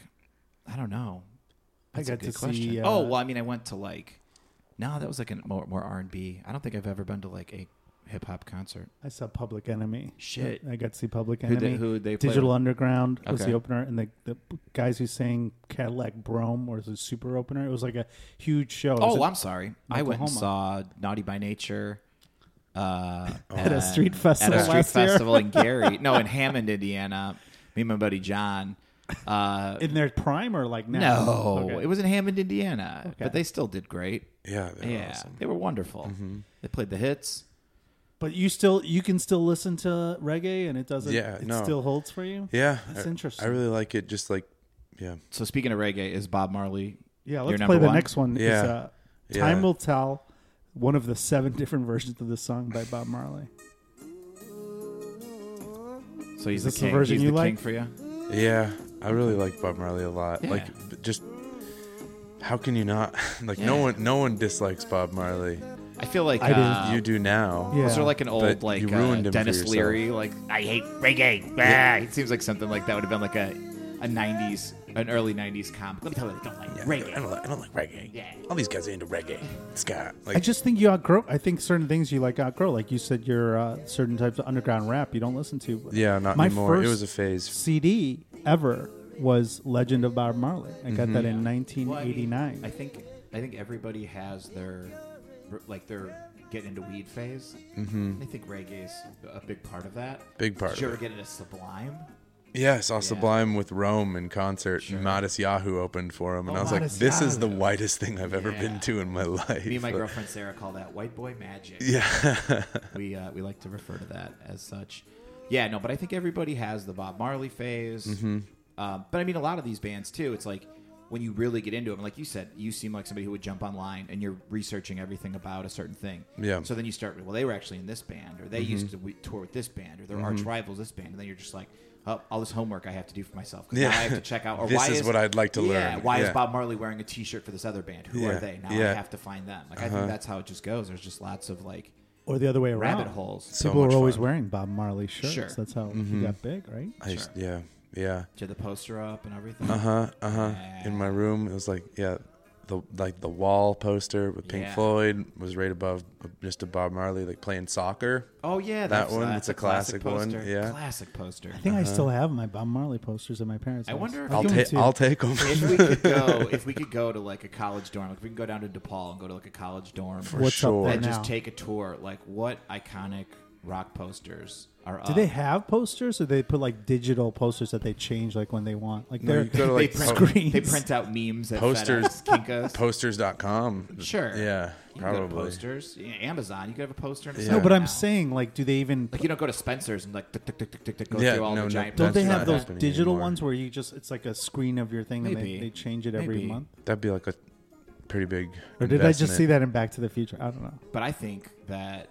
S2: I don't know.
S1: I
S2: That's a
S1: got to
S2: good question.
S1: see, uh,
S2: oh well, I mean, I went to like. No, that was like a more, more R and B. I don't think I've ever been to like a hip hop concert.
S1: I saw Public Enemy.
S2: Shit.
S1: I got to see Public
S2: Who
S1: Enemy.
S2: they, who they play
S1: Uh, Digital
S2: with?
S1: Underground was
S2: Okay.
S1: the opener, and the, the guys who sang Cadillac Brome was the super opener. It was like a huge show. It was
S2: Oh,
S1: at-
S2: I'm sorry. I went and saw Naughty by Nature uh,
S1: *laughs* At a street festival
S2: At a street
S1: last year.
S2: festival in Gary, no,
S1: *laughs*
S2: in Hammond, Indiana. Me and my buddy John. Uh,
S1: in their prime or like now?
S2: no,
S1: Okay.
S2: it was in Hammond, Indiana, but
S1: Okay. Oh,
S2: they still did great.
S3: Yeah, they're
S2: yeah,
S3: awesome.
S2: they were wonderful.
S1: Mm-hmm.
S2: They played the hits.
S1: But you still you can still listen to reggae and it doesn't.
S3: Yeah,
S1: it
S3: no.
S1: still holds for you.
S3: Yeah,
S1: That's
S3: I-
S1: interesting.
S3: I really like it. Just like, yeah,
S2: So speaking of reggae, is Bob Marley?
S1: Yeah,
S2: your
S1: let's
S2: number
S1: play the
S2: one?
S1: next one.
S3: Yeah.
S1: Is, uh, Time
S3: Yeah.
S1: will tell. One of the seven *laughs* different versions of this song by Bob Marley.
S2: So he's
S1: Is
S2: the
S1: this the
S2: king.
S1: version
S2: he's
S1: you
S2: the king
S1: like?
S2: for you.
S3: yeah. I really like Bob Marley a lot.
S2: Yeah.
S3: Like, b- just how can you not? *laughs* like, no
S2: Yeah.
S3: one, no one dislikes Bob Marley.
S2: I feel like
S1: I didn't.
S2: uh,
S3: you do now.
S1: Yeah.
S2: Was there like an old
S3: But
S2: like
S3: you
S2: uh,
S3: ruined him for
S2: Dennis
S3: yourself.
S2: Leary like I hate reggae? Bah. It seems like something like that would have been like a a '90s, an early '90s comic. Let me tell you, I don't like
S3: Yeah,
S2: reggae.
S3: I don't like, I don't like reggae.
S2: Yeah.
S3: All these guys are into reggae. Scott. Like,
S1: I just think you outgrow. I think certain things you like outgrow. Like you said, your uh, certain types of underground rap you don't listen to. But
S3: Yeah, not
S1: my
S3: anymore. It
S1: first
S3: was a phase.
S1: CD ever was Legend of Bob Marley. I got
S3: Mm-hmm.
S1: that in 1989.
S2: I think I think everybody has their like their get into weed phase. Mm-hmm. I think reggae is a big part of that.
S3: Big part
S2: Did you
S3: of
S2: ever get into Sublime?
S3: yeah, I saw Sublime with Rome in concert. and Modest Yahoo opened for him, and I was like,
S2: Oh, Modest
S3: "This is the
S2: Yahoo.
S3: whitest thing I've ever
S2: Yeah.
S3: been to in my *laughs* life."
S2: Me and my girlfriend Sarah call that white boy magic.
S3: Yeah,
S2: *laughs* we uh, we like to refer to that as such. Yeah, no, but I think everybody has the Bob Marley phase.
S3: Mm-hmm.
S2: Um, but I mean, a lot of these bands too. It's like when you really get into them, like you said, you seem like somebody who would jump online and you're researching everything about a certain thing.
S3: Yeah. Mm-hmm.
S2: So then you start. Well, they were actually in this band, or they used to we- tour with this band, or their arch rivals this band, and then you're just like. Oh, all this homework I have to do for myself. 'cause now
S3: Yeah.
S2: I have to check
S3: *laughs*
S2: out. Or
S3: This
S2: why
S3: is what I'd like to
S2: Yeah,
S3: learn.
S2: Why is
S3: Yeah.
S2: Bob Marley wearing a T-shirt for this other band? Who
S3: Yeah.
S2: are they? Now
S3: Yeah. Uh-huh.
S2: I have to find them. Like I think that's how it just goes. There's just lots of like
S1: or the other way around.
S2: rabbit holes.
S3: So
S1: People
S3: much
S1: were always
S3: fun. Mm-hmm.
S1: wearing Bob Marley shirts.
S2: Sure.
S1: That's how he got big, right?
S3: I used- yeah, yeah.
S2: to the poster up and everything.
S3: Uh huh. Uh huh. In my room, it was like yeah, the like the wall poster with Pink
S2: Yeah.
S3: Floyd was right above just a Bob Marley like playing soccer.
S2: Oh yeah,
S3: That
S2: that's,
S3: one,
S2: that's
S3: it's a classic one,
S2: poster.
S3: yeah.
S2: classic poster.
S1: I think
S3: Uh-huh.
S1: I still have my Bob Marley posters at my parents'
S2: I
S1: house.
S2: wonder if
S3: I'll
S1: give
S2: you-
S1: them
S3: take
S1: to you.
S3: I'll take them. *laughs*
S2: if we could go, if we could go to like a college dorm, like if we can go down to DePaul and go to like a college dorm,
S1: What's
S3: sure.
S1: up there
S2: and
S1: now?
S2: just take a tour. Like, what iconic rock posters are?
S1: Do they have posters, or they put like digital posters that they change like when they want? Like
S3: No,
S1: they're
S3: you go to, like,
S2: print,
S1: screens.
S2: They print out memes at
S3: Posters.
S2: FedEx,
S3: *laughs*
S2: Kinkas.
S3: Posters.com.
S2: sure.
S3: Yeah,
S2: You can go to
S3: probably.
S2: posters. Yeah, Amazon. You could have a poster.
S1: *laughs*
S3: Yeah.
S1: no, but I'm
S2: now.
S1: saying like, do they even?
S2: Like you don't go to Spencer's and like tick, tick, tick, tick, tick, tick, go
S3: Yeah,
S2: through all
S3: no,
S2: the
S3: no,
S2: giant.
S1: don't they
S3: that's
S2: posters.
S1: have
S3: not
S1: those
S3: happening
S1: digital
S3: anymore.
S1: ones where you just it's like a screen of your thing and
S2: Maybe.
S1: they, they change it every
S2: Maybe.
S1: month?
S3: That'd be like a pretty big.
S1: Or did I just
S3: investment.
S1: see that in Back to the Future? I don't know.
S2: But I think that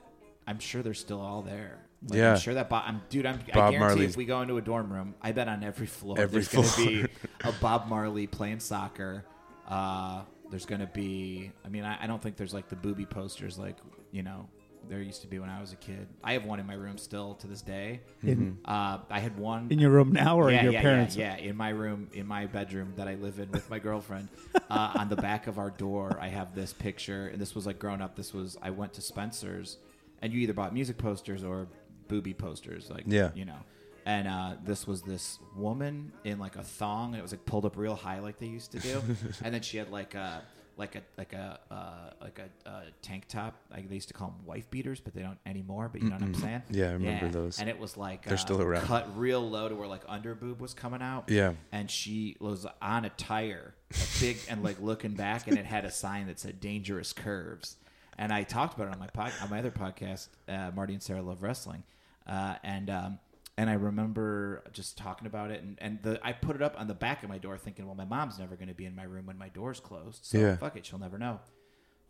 S2: I'm sure they're still all there. Like,
S3: Yeah.
S2: I'm sure that Bob. I'm, dude, I'm, I
S3: Bob
S2: guarantee
S3: Marley's-
S2: if we go into a dorm room, I bet on every floor
S3: Every
S2: there's going to be a Bob Marley playing soccer. Uh, there's going to be. I mean, I, I don't think there's like the booby posters like you know there used to be when I was a kid. I have one in my room still to this day.
S3: Mm-hmm.
S1: In,
S2: Uh, I had one
S1: in your room now or
S2: yeah,
S1: in your
S2: yeah,
S1: parents'
S2: Yeah, yeah, in my room, in my bedroom that I live in with my girlfriend. uh, on the back of our door, I have this picture, and this was like grown up. This was I went to Spencer's, and you either bought music posters or booby posters, like
S3: Yeah.
S2: you know. And uh, this was this woman in like a thong, and it was like pulled up real high, like they used to
S3: *laughs*
S2: do. and then she had like a like a like a uh, like a uh, tank top. Like they used to call them wife beaters, but they don't anymore. But you know what I'm saying?
S3: Yeah, I remember those.
S2: And it was like
S3: They're
S2: uh,
S3: still around.
S2: Cut real low to where like under boob was coming out.
S3: Yeah.
S2: And she was on a tire, a big *laughs* and like looking back, and it had a sign that said "dangerous curves." And I talked about it on my pod, on my other podcast, uh, Marty and Sarah Love Wrestling, uh, and um, and I remember just talking about it, and and the I put it up on the back of my door, thinking, well, my mom's never going to be in my room when my door's closed, so
S3: Yeah.
S2: fuck it, she'll never know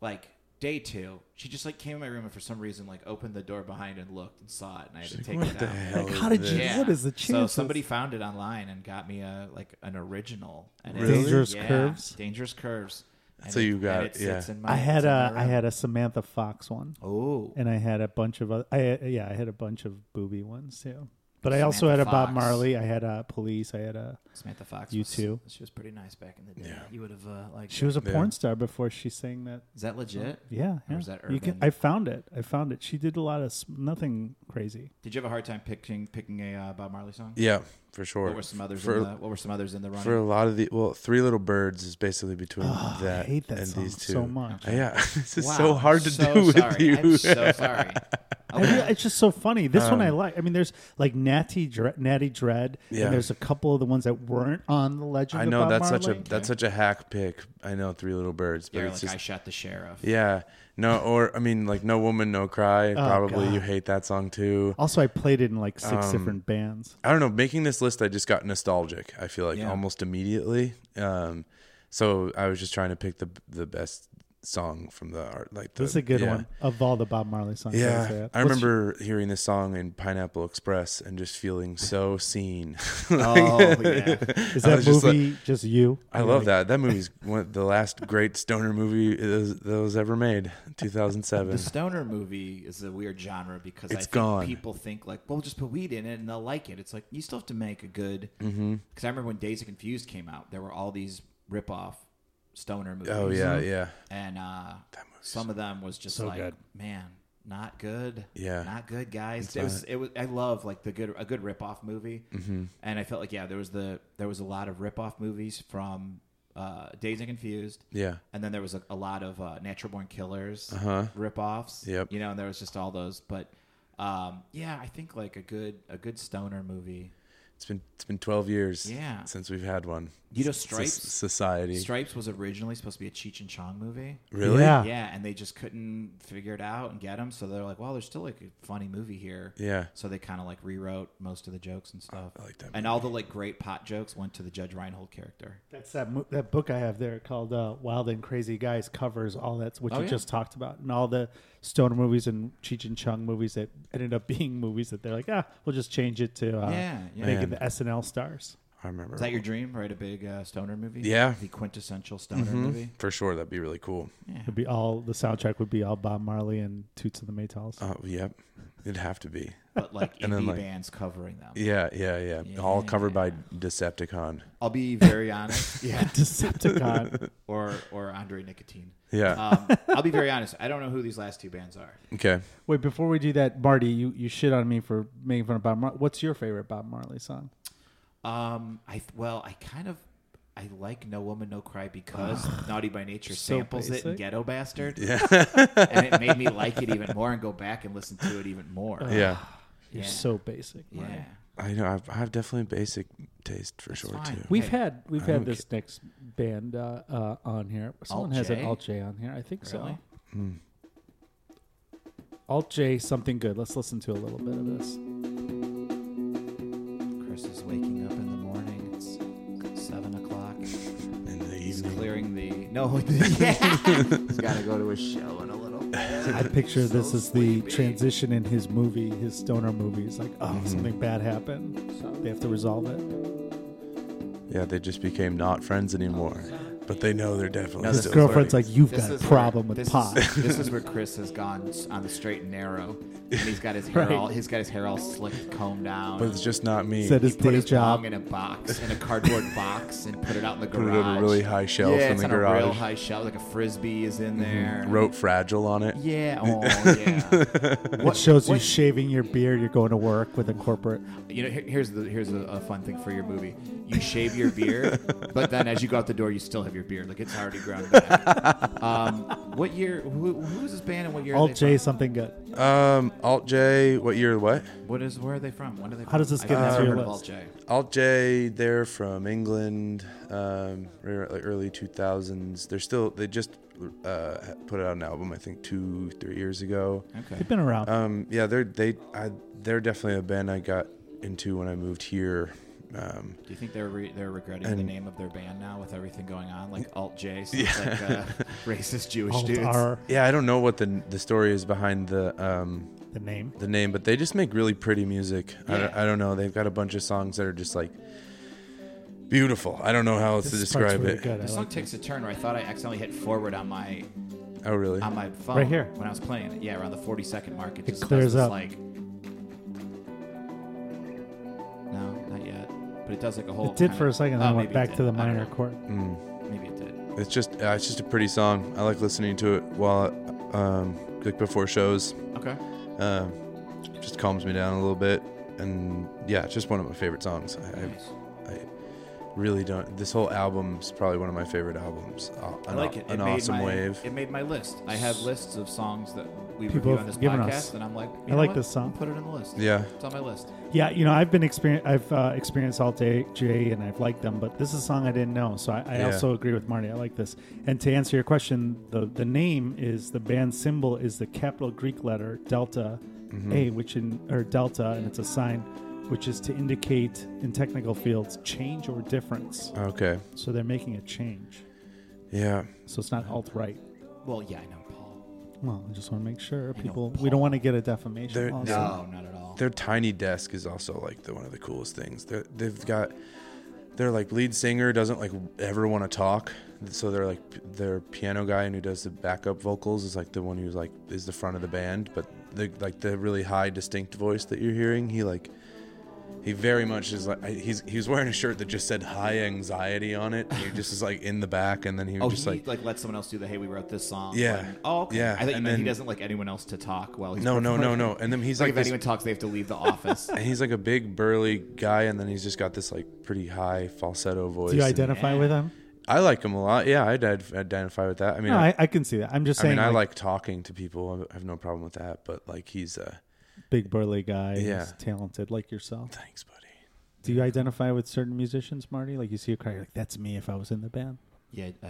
S2: like day two, she just like came in my room and for some reason like opened the door behind and looked and saw it, and I had to take
S3: What
S2: it
S3: the
S2: out.
S3: hell?
S1: Like,
S3: is
S1: how did you-
S3: this?
S2: Yeah.
S1: What is the
S2: So
S1: chances?
S2: somebody found it online and got me a like an original. And it's-
S1: Dangerous Curves?
S2: Dangerous curves. And
S3: So you
S2: and
S3: got-
S2: it sits
S3: yeah.
S2: in my-
S1: I
S2: it's
S1: had
S2: in my
S1: a I
S2: room.
S1: had a Samantha Fox one,
S2: oh
S1: and I had a bunch of other, I had- yeah I had a bunch of booby ones too. But I also had
S2: Samantha
S1: a Bob
S2: Fox.
S1: Marley. I had a Police. I had a
S2: Samantha Fox.
S1: You
S2: was-
S1: too.
S2: She was pretty nice back in the day.
S3: Yeah.
S2: You would have uh, like.
S1: She was a
S3: Yeah.
S1: porn star before she sang that.
S2: Is that legit?
S1: Yeah, yeah.
S2: Or is that
S1: You can,
S2: urban?
S1: I found it. I found it. She did a lot of s- nothing crazy.
S2: Did you have a hard time picking picking a uh, Bob Marley song?
S3: Yeah, for sure.
S2: What were some others?
S3: For-
S2: in the, what were some others in the running?
S3: for a lot of the well, Three Little Birds is basically between
S1: I
S3: that
S1: hate that
S3: and
S1: song
S3: these two.
S1: so much.
S3: Uh, Yeah, *laughs* this is
S2: Wow,
S3: so hard
S2: I'm
S3: to
S2: so
S3: do with
S2: sorry.
S3: you.
S2: I'm so sorry.
S1: I mean, it's just so funny. This one I like. I mean, there's like Natty Dre- Natty Dread,
S3: Um, Yeah.
S1: and there's a couple of the ones that weren't on the Legend.
S3: *laughs* I
S1: of
S3: know
S1: Bob
S3: that's such a
S1: Marley.
S3: that's such a hack pick. I know Three Little Birds, but
S2: You're
S3: it's
S2: like,
S3: just
S2: I shot the sheriff.
S3: yeah. No, or I mean, like No Woman, No
S2: Oh,
S3: Cry. probably
S1: God.
S3: you hate that song too.
S1: Also, I played it in like six
S3: Um,
S1: different bands.
S3: I don't know. Making this list, I just got nostalgic. I feel like
S2: Yeah.
S3: almost immediately. Um, so I was just trying to pick the the best song from the art. Like the,
S1: This is a good
S3: yeah.
S1: one of all the Bob Marley songs. I would say
S3: Yeah,
S1: it.
S3: I
S1: What's your-
S3: remember hearing this song in Pineapple Express and just feeling so seen.
S2: Oh yeah.
S3: *laughs*
S1: Is
S3: I
S1: that
S3: was just like-
S1: movie just you?
S3: I
S1: You're
S3: love
S1: like,
S3: that. That movie's one of the last great stoner movie that was, that was ever made, 2007.
S2: The stoner movie is a weird genre because I
S3: It's
S2: think
S3: gone.
S2: people think like, well, just put weed in it and they'll like it. It's like you still have to make a good. Because
S3: Mm-hmm.
S2: I remember when Days of Confused came out, there were all these rip-off stoner movies.
S3: Oh yeah, yeah.
S2: and uh, some of them was just
S1: so
S2: like,
S1: good.
S2: man, not good.
S3: Yeah.
S2: not good, guys. it was, it was. I love like the good a good rip-off movie, mm-hmm. and I felt like yeah, there was the there was a lot of rip-off movies from uh, Days of Confused.
S3: Yeah.
S2: And then there was a, a lot of uh, natural born killers
S3: Uh-huh.
S2: rip-offs.
S3: Yep.
S2: You know, and there was just all those. But um, yeah, I think like a good a good stoner movie.
S3: It's been it's been 12 years
S2: Yeah.
S3: since we've had one.
S2: You know,
S3: S-
S2: Stripes-
S3: soc- society.
S2: Stripes was originally supposed to be a Cheech and Chong movie.
S3: Really?
S1: Yeah.
S2: Yeah, and they just couldn't figure it out and get them, so they're like, "Well, there's still like a funny movie here."
S3: Yeah.
S2: So they kind of like rewrote most of the jokes and stuff.
S3: I like that
S2: And all the like great pot jokes went to the Judge Reinhold character.
S1: That's that mo- that book I have there called uh, "Wild and Crazy Guys" covers all that which
S2: Oh,
S1: you
S2: yeah.
S1: just talked about, and all the stoner movies and Cheech and Chong movies that ended up *laughs* being movies that they're like, ah, we'll just change it to uh,
S2: Yeah, yeah.
S1: making
S3: Man.
S1: the SNL stars.
S3: I remember.
S2: Is that your dream? Write a big uh, stoner movie?
S3: Yeah. Mm-hmm.
S2: the quintessential stoner movie.
S3: For sure, that'd be really cool.
S1: It'd be all the soundtrack would be all Bob Marley and Toots and the Maytals.
S3: Oh, yep. It'd have to be.
S2: But like
S3: *laughs* And then,
S2: indie
S3: like-
S2: bands covering them.
S3: Yeah, yeah, yeah. All covered by Decepticon.
S2: I'll be very
S1: *laughs*
S2: honest. yeah,
S1: *laughs*
S3: *laughs*
S1: Decepticon.
S2: or or Andre Nicotine.
S3: Yeah.
S2: Um, I'll be very honest. I don't know who these last two bands are.
S3: okay.
S1: Wait, before we do that, Marty, you, you shit on me for making fun of Bob Marley. What's your favorite Bob Marley song?
S2: Um, I th- well, I kind of I like No Woman No Cry
S1: *sighs*
S2: because Naughty by Nature
S1: So
S2: samples it in
S1: basic.
S2: Ghetto Bastard, yeah, and it made me like it even more and go back and listen to it even more.
S3: Yeah.
S1: Oh, You're
S2: Yeah.
S1: so basic.
S2: yeah.
S1: Marty.
S3: I know. I've, I have definitely basic taste for sure
S2: fine.
S3: too.
S1: We've
S2: Hey,
S1: had we've
S3: don't
S1: had this next band uh, uh, on here. Someone
S2: Alt
S1: has an
S2: J?
S1: Alt J on here. I think
S2: Really?
S1: so. Alt J, something good. Let's listen to a little bit of this.
S2: Chris is waking up in the morning. It's seven o'clock.
S3: In the
S2: He's
S3: evening.
S2: clearing the no. *laughs*
S1: *laughs*
S2: yeah. He's got to go to a show in a little. bit.
S1: I picture this
S2: So
S1: as the
S2: sleepy. Mm-hmm.
S1: transition in his movie, his stoner movie. It's like, oh, something bad happened. So they have to resolve it.
S3: Yeah, they just became not friends anymore. But they know they're definitely
S2: No, this
S1: His
S3: still
S1: girlfriend's
S3: flirting.
S1: like, you've
S2: This
S1: got a
S2: is where-
S1: problem with
S2: this
S1: pot.
S2: Is, this
S1: *laughs*
S2: is where Chris has gone s- on the straight and narrow, and he's got his
S1: *laughs*
S2: hair
S1: Right.
S2: all he's got his hair all slicked, combed down.
S3: but it's just not me.
S1: Said his
S2: put
S1: day
S2: his
S1: job.
S2: bong in a box, in a
S1: *laughs*
S2: cardboard box, and put it out in the
S3: Put it
S2: garage.
S3: on a really high shelf
S2: yeah,
S3: in
S2: it's
S3: the
S2: on
S3: garage. Mm-hmm.
S2: a real high shelf, like a frisbee is in there.
S3: Wrote fragile on it. *laughs*
S2: Yeah, oh yeah. *laughs*
S1: It shows you shaving your beard. You're going to work with a corporate.
S2: You know, here- here's the here's a, a fun thing for your movie. You shave your beard, but then as you go out the door, you still have your beard, like it's already grown back.
S1: *laughs*
S2: Um, what year? Who, who was this band, and what year? are
S1: Alt
S2: they
S1: J,
S2: from?
S1: something good.
S3: Um, Alt J, what year? What?
S2: What is? Where are they from? When are they?
S1: How does this get into your list?
S3: Alt J, they're from England, um, re- like early 2000s. They're still, they just uh, put out an album, I think, two, three years ago.
S2: Okay.
S1: They've been around.
S2: Oh,
S3: Um, yeah, they're they I, they're definitely a band I got into when I moved here. Um,
S2: Do you think they're re- they're regretting the
S3: And-
S2: name of their band now with everything going on, like Alt
S3: *laughs*
S2: J, so it's like uh, racist Jewish
S1: Alt
S2: dudes?
S1: R,
S3: yeah, I don't know what the the story is behind the um,
S1: the name.
S3: the name, but they just make really pretty music. I, don't,
S2: Yeah.
S3: I don't know. They've got a bunch of songs that are just like beautiful. I don't know how else to
S1: This part's
S3: describe
S1: really
S3: it.
S1: good. I
S2: This
S1: like
S2: song takes a turn where I thought I accidentally hit forward on my
S3: Oh, really?
S2: on my phone
S1: Right here.
S2: when I was playing it. Yeah, around the 40 second mark, it
S1: It
S2: just does
S1: clears
S2: this,
S1: up.
S2: Like, no, not yet. But it does like a whole.
S1: It did
S2: kind
S1: for a
S2: of-
S1: second,
S2: oh,
S1: then went
S2: maybe it
S1: back
S2: did.
S1: to the
S2: I don't
S1: minor
S2: know.
S1: chord.
S2: Maybe it did.
S3: It's just uh, it's just a pretty song. I like listening to it while um, like before shows.
S2: Okay.
S3: Uh, just calms me down a little bit, and yeah, it's just one of my favorite songs. I,
S2: Nice.
S3: I, I really don't. This whole album's probably one of my favorite albums. Uh,
S2: I
S3: an
S2: like
S3: aw-
S2: it.
S3: An
S2: it made
S3: awesome
S2: my,
S3: wave.
S2: It made my list. I have lists of songs that we review
S1: People have
S2: on this
S1: given
S2: podcast,
S1: us.
S2: and I'm like, you
S1: I
S2: know
S1: like
S2: what?
S1: this song.
S2: I'll Put it in the list.
S3: Yeah.
S2: It's on my list.
S1: Yeah, you know, I've been experien I've uh, experienced Alt J J and I've liked them, but this is a song I didn't know, so I, I
S3: Yeah.
S1: also agree with Marty. I like this. And to answer your question, the the name is the band symbol is the capital Greek letter Delta
S3: Mm-hmm.
S1: A, which in or Delta, and it's a sign which is to indicate in technical fields change or difference.
S3: Okay.
S1: So they're making a change.
S3: Yeah.
S1: So it's not alt right.
S2: Well, yeah, I know Paul.
S1: Well, I just want to make sure
S2: know,
S1: people. We don't want to get a
S3: They're-
S1: defamation. lawsuit.
S2: No, not at all.
S3: Their tiny desk is also like the one of the coolest things. They're, they've got their like lead singer doesn't like ever want to talk, so they're like p- their piano guy and who does the backup vocals is like the one who's like is the front of the band, but the like the really high distinct voice that you're hearing, he like he very much is like I- he's he was wearing a shirt that just said high anxiety on it. And he just is like in the back, and then he was
S2: Oh,
S3: just
S2: he
S3: like
S2: like, let someone else do the hey, we wrote this song.
S3: Yeah.
S2: button. Oh, okay.
S3: Yeah,
S2: I thought you
S3: and
S2: meant he
S3: then-
S2: doesn't like anyone else to talk while he's
S3: no no no
S2: performing. *laughs*
S3: no, and then he's
S2: Like,
S3: like,
S2: if
S3: this-
S2: anyone talks, they have to
S3: *laughs*
S2: leave the office.
S3: and he's like a big burly guy, and then he's just got this like pretty high falsetto voice.
S1: Do you
S3: and-
S1: identify with them?
S3: I like him a lot. Yeah, I'd I'd identify with that. I mean,
S1: No,
S3: I,
S1: I, I can see that. I'm just
S3: I mean,
S1: saying.
S3: I
S1: like,
S3: like talking to people. I have no problem with that. But like, he's uh,
S1: big burly guy.
S3: Yeah.
S1: who's talented like yourself.
S3: thanks, buddy.
S1: Do you identify with certain musicians, Marty? Like you see a crowd, you're like, "That's me if I was in the band."
S2: Yeah, uh,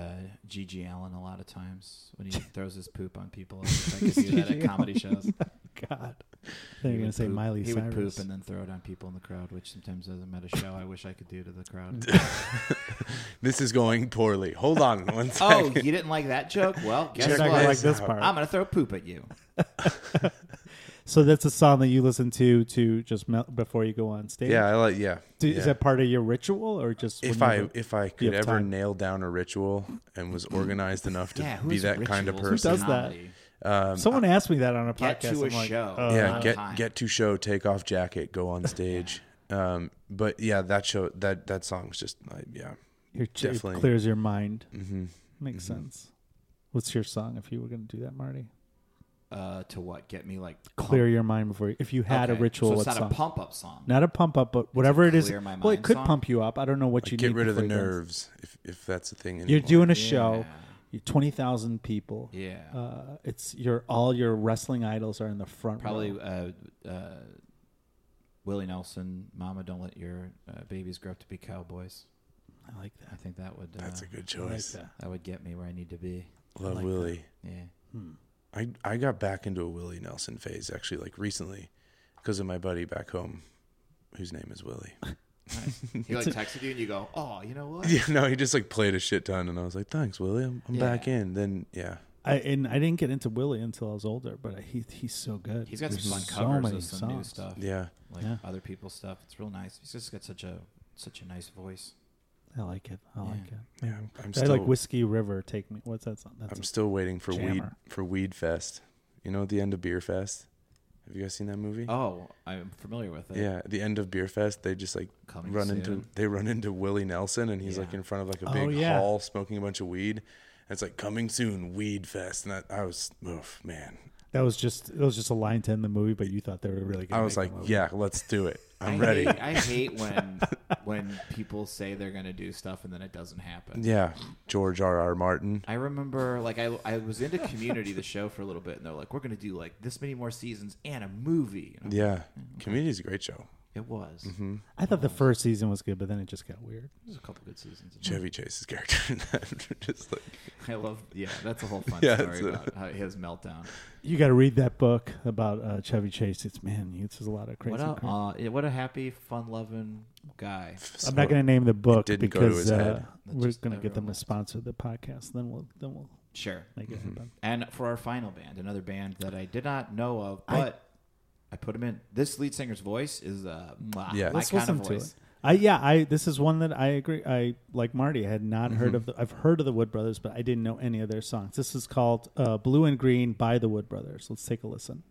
S2: Gigi Allen a lot of times when he throws his poop on people. I can see
S1: *laughs*
S2: that at comedy shows.
S1: God, they're
S2: He
S1: gonna
S2: would
S1: say
S2: poop-
S1: Miley
S2: He
S1: Cyrus.
S2: would poop and then throw it on people in the crowd, which sometimes as I'm at a show, I wish I could do to the
S3: *laughs*
S2: crowd.
S3: This is going poorly. Hold
S1: *laughs*
S3: on one second. *laughs*
S2: oh, you didn't like that joke? Well, guess
S1: You're
S3: Check
S1: not
S2: what?
S1: gonna
S3: this
S1: like this
S3: out.
S1: part.
S2: I'm gonna throw poop at you.
S1: so that's a song that you listen to to just mel- before you go on stage.
S3: yeah, I like. Yeah,
S1: Do,
S3: yeah.
S1: Is that part of your ritual or just
S3: if
S1: when
S3: I
S1: you go-
S3: if I could
S1: have
S3: ever
S1: time.
S3: nail down a ritual
S1: *clears throat*
S3: and was organized enough to
S2: Yeah, who's
S3: be that kind of
S2: rituals
S3: person, um,
S1: does that?
S2: personality?
S1: someone asked me that on a
S2: Get
S1: podcast?
S2: to a
S1: I'm like,
S2: show. Yeah.
S1: "Oh,
S3: uh, yeah,
S2: on
S3: get
S2: time.
S3: get to show, take off jacket,
S2: *laughs*
S3: go on stage. um, but yeah, that show that that song's just like, yeah. mm-hmm.
S1: Your ch- it
S3: Definitely.
S1: clears your mind. Makes sense. What's your song if you were going to do that, Marty?
S2: Uh, to what? Get me like
S1: Clear your mind before you, if you had
S2: Okay,
S1: a ritual.
S2: So it's
S1: what
S2: not
S1: song?
S2: a pump up song.
S1: Not a pump up, but whatever it is.
S2: clear my
S1: Well, it
S2: mind
S1: could
S2: song?
S1: pump you up. I don't know what you
S3: Get
S1: need
S3: rid of the
S1: before you go.
S3: nerves if if that's a thing.
S1: You're
S3: anymore.
S1: doing a show.
S2: Yeah.
S1: You twenty thousand people.
S2: Yeah.
S1: Uh, it's your all your wrestling idols are in the front.
S2: Probably
S1: row.
S2: uh, uh, Willie Nelson, Mama, don't let your uh, babies grow up to be cowboys.
S1: I like
S2: I
S1: that.
S2: think that would uh,
S3: That's a good
S1: I like
S3: choice.
S1: that.
S2: that would get me where I need to be.
S3: Love
S1: like
S3: Willie.
S2: Yeah.
S3: *laughs*
S1: Hmm.
S3: I, I got back into a Willie Nelson phase actually like recently because of my buddy back home whose name is Willie. *laughs*
S2: He like texted you and you go, oh, you know what?
S3: yeah, no, he just like played a shit ton and I was like, "Thanks, Willie. I'm, I'm back
S2: Yeah.
S3: in." Then yeah.
S1: I and I didn't get into Willie until I was older, but he he's so good.
S2: He's got some
S1: There's
S2: fun
S1: so
S2: covers
S1: many
S2: of some new
S1: songs.
S2: stuff.
S3: Yeah.
S2: Like
S1: Yeah.
S2: other people's stuff. It's real nice. He's just got such a such a nice voice.
S1: I like it. I like it.
S3: Yeah, I'm, I'm
S1: I
S3: still
S1: like Whiskey River. Take me. What's that song? That's
S3: I'm still waiting for weed
S1: jammer.
S3: for Weed Fest. You know, at the end of Beer Fest. Have you guys seen that movie?
S2: Oh, I'm familiar with it.
S3: Yeah, at the end of Beer Fest, they just like
S2: Coming
S3: run
S2: soon.
S3: into *laughs* they run into Willie Nelson, and he's
S2: Yeah.
S3: like in front of like a
S1: Oh,
S3: big
S1: yeah.
S3: hall smoking a bunch of weed. And it's like coming soon, Weed Fest, and that I was, oof, man,
S1: That was just it was just a line to end the movie, but you thought they were really good.
S3: I was like, yeah, let's
S1: *laughs*
S3: do it. I'm ready.
S2: Hate, I hate
S3: *laughs*
S2: when when people say they're gonna do stuff and then it doesn't happen.
S3: Yeah, George R. R. Martin.
S2: I remember, like, I, I was into Community, the show, for a little bit, and they're like, we're going to do, like, this many more seasons and a movie. And I'm-
S3: Yeah, Mm-hmm. Community's a great show.
S2: It was.
S1: I thought the first season was good, but then it just got weird.
S2: There's a couple good seasons. in
S3: Chevy Chase's character in that, *laughs* just like
S2: there. *laughs* I love, yeah, that's a whole fun
S3: *laughs* Yeah,
S2: story
S3: it's a-
S2: about how his meltdown.
S1: You got to read that book about uh, Chevy Chase. It's man, it's a lot of crazy.
S2: What a,
S1: crap.
S2: uh, yeah, what a happy, fun loving guy.
S1: I'm not going to name the book
S3: didn't go to
S1: because
S3: his
S1: uh,
S3: head.
S1: we're
S2: just
S1: going to get
S2: everyone
S1: them to
S2: else.
S1: sponsor the podcast. Then we'll then we'll
S2: Sure.
S1: make
S3: Mm-hmm.
S1: it happen.
S2: And for our final band, another band that I did not know of, but I, put him in. This lead singer's voice is uh, mwah,
S3: Yeah.
S2: my
S1: Let's
S2: kind
S1: listen
S2: of
S1: to
S2: voice.
S1: it. I yeah, I this is one that I agree. I like Marty. I had not
S3: Mm-hmm.
S1: heard of. The, I've heard of the Wood Brothers, but I didn't know any of their songs. This is called uh, "Blue and Green" by the Wood Brothers. Let's take a listen.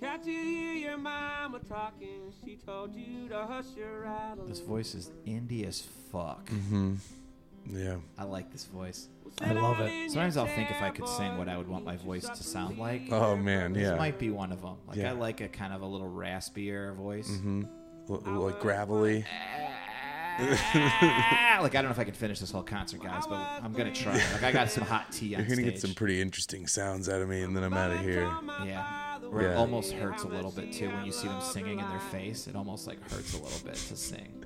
S4: Can't you hear your mama talking? She told you to hush your rattle.
S2: This voice is indie as fuck.
S3: Mm-hmm. Yeah,
S2: I like this voice.
S1: I love it.
S2: Sometimes I'll think if I could sing what I would want my voice to sound like.
S3: oh man,
S2: This
S3: yeah,
S2: might be one of them. Like
S3: Yeah. Mm-hmm.
S2: I like a kind of a little raspier voice.
S3: L- like gravelly.
S2: *laughs* Ah, like I don't know if I can finish this whole concert, guys, but I'm gonna try. Like I got some hot tea on
S3: You're gonna
S2: stage.
S3: get some pretty interesting sounds out of me, and then I'm out of here.
S2: yeah, where it
S3: Yeah.
S2: almost hurts a little bit too when you see them singing in their face. It almost like hurts a little bit to sing.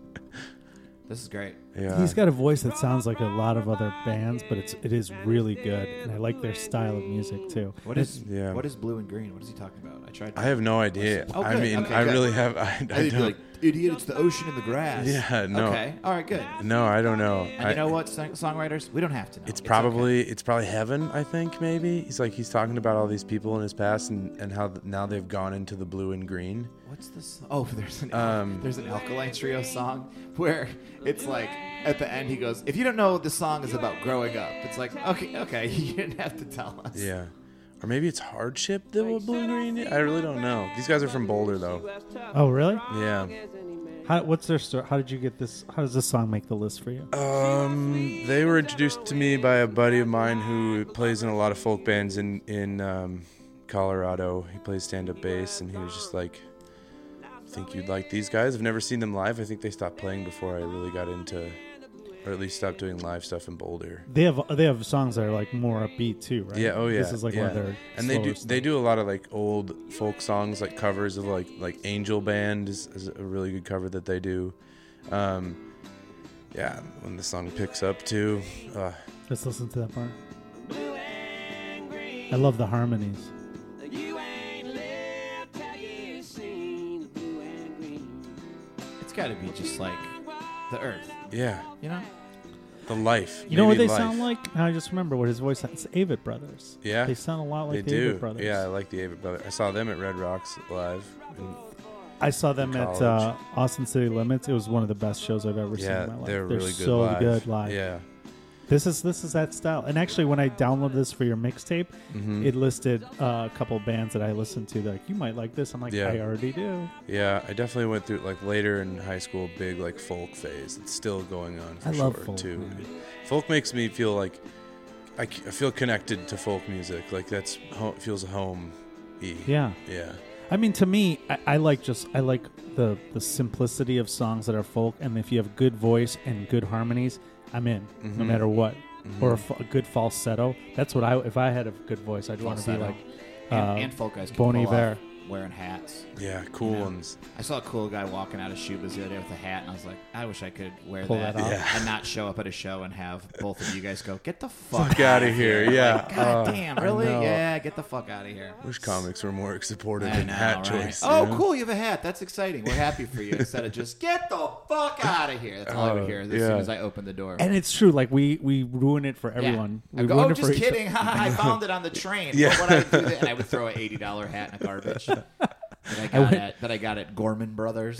S2: This is great.
S3: Yeah.
S1: He's got a voice that sounds like a lot of other bands, but it's it is really good, and I like their style of music too.
S2: What is
S3: *laughs* yeah.
S2: what is blue and green? What is he talking about? I tried.
S3: I have no idea.
S2: Oh,
S3: I
S2: good.
S3: mean,
S2: Okay,
S3: I
S2: good.
S3: really have. I, I
S2: I'd be
S3: don't.
S2: like, idiot! It's the ocean and the grass.
S3: yeah, no,
S2: Okay. All right. Good.
S3: no, I don't know.
S2: And
S3: I,
S2: you know what, song- songwriters? We don't have to know.
S3: It's
S2: okay.
S3: probably it's probably heaven. I think maybe he's like he's talking about all these people in his past and and how th- now they've gone into the blue and green.
S2: What's this? Oh, *laughs* there's an
S3: Um,
S2: there's an Alkaline Trio song where it's like at the end he goes, "If you don't know what this song is about growing up, it's like okay, okay, *laughs* you didn't have to tell us."
S3: Yeah, or maybe it's hardship that will blue and green. I really don't know. These guys are from Boulder though.
S1: Oh, really?
S3: Yeah.
S1: How, what's their story? How did you get this? How does this song make the list for you?
S3: Uh, Um, they were introduced to me by a buddy of mine who plays in a lot of folk bands in in um, Colorado. He plays stand up bass, and he was just like, "I think you'd like these guys." I've never seen them live. I think they stopped playing before I really got into, or at least stopped doing live stuff in Boulder.
S1: They have they have songs that are like more upbeat too, right?
S3: Yeah. Oh yeah.
S1: This is like
S3: yeah.
S1: one of their
S3: and they do
S1: slower
S3: they
S1: stuff.
S3: do a lot of like old folk songs, like covers of like like Angel Band is, is a really good cover that they do. Um, yeah, when the song picks up too. Uh,
S1: Let's listen to that part. I love the harmonies.
S2: It's got to be just like the Earth,
S3: yeah,
S2: you know?
S3: the life.
S1: You know what
S3: Maybe
S1: they
S3: life.
S1: sound like? I just remember what his voice sounds. It's Avett Brothers.
S3: Yeah.
S1: They sound a lot
S3: They
S1: like the
S3: do.
S1: Avett Brothers.
S3: Yeah, I like the Avett Brothers. I saw them at Red Rocks live. And
S1: I saw them at
S3: college.
S1: uh, Austin City Limits. It was one of the best shows I've ever
S3: yeah,
S1: seen in my life.
S3: they're really good
S1: so
S3: live.
S1: good live.
S3: Yeah.
S1: This is this is that style. And actually, when I downloaded this for your mixtape, it listed uh, a couple bands that I listened to. They're like, you might like this. I'm like,
S3: Yeah.
S1: I already do.
S3: Yeah, I definitely went through like later in high school, big like folk phase. It's still going on. For
S1: I love
S3: sure,
S1: folk,
S3: too.
S1: man.
S3: Folk makes me feel like I, c- I feel connected to folk music. Like that's ho- feels home.
S1: Yeah.
S3: Yeah.
S1: I mean, to me, I, I like just I like the the simplicity of songs that are folk, and if you have good voice and good harmonies, I'm in, no matter what. Or a, fa- a good falsetto. That's what I. If I had a good voice, I'd want to be
S2: Falsetto.
S1: like
S2: And,
S1: uh,
S2: and folk guys can
S1: Bon
S2: pull off
S1: Iver.
S2: wearing hats.
S3: Yeah. Cool
S2: Yeah.
S3: ones.
S2: I saw a cool guy walking out of Shuba's the other day with a hat, and I was like, I wish I could wear
S1: Pull
S2: that,
S1: that off.
S3: Yeah.
S2: and not show up at a show and have both of you guys go, get the fuck,
S3: Fuck outta here, yeah.
S2: Like, God
S3: Uh,
S2: damn,
S3: I
S2: really?
S3: know.
S2: Yeah, get the fuck out of here.
S3: Wish comics were more supportive
S2: I
S3: in
S2: know,
S3: hat
S2: right?
S3: choice.
S2: Oh,
S3: you know?
S2: cool! You have a hat. That's exciting. We're happy for you. Instead of just get the fuck out of here. That's all I would
S3: Oh,
S2: hear as
S3: yeah.
S2: soon as I opened the door.
S1: And it's true. Like we we ruin it for
S2: Yeah.
S1: everyone.
S2: I'd
S1: We
S2: go,
S1: ruin
S2: oh,
S1: it for
S2: just
S1: each other.
S2: kidding. I found it on the train.
S3: Yeah.
S2: What would I do? Then? And I would throw an eighty dollar hat in the garbage. That
S1: *laughs*
S2: I got at that I got at Gorman Brothers.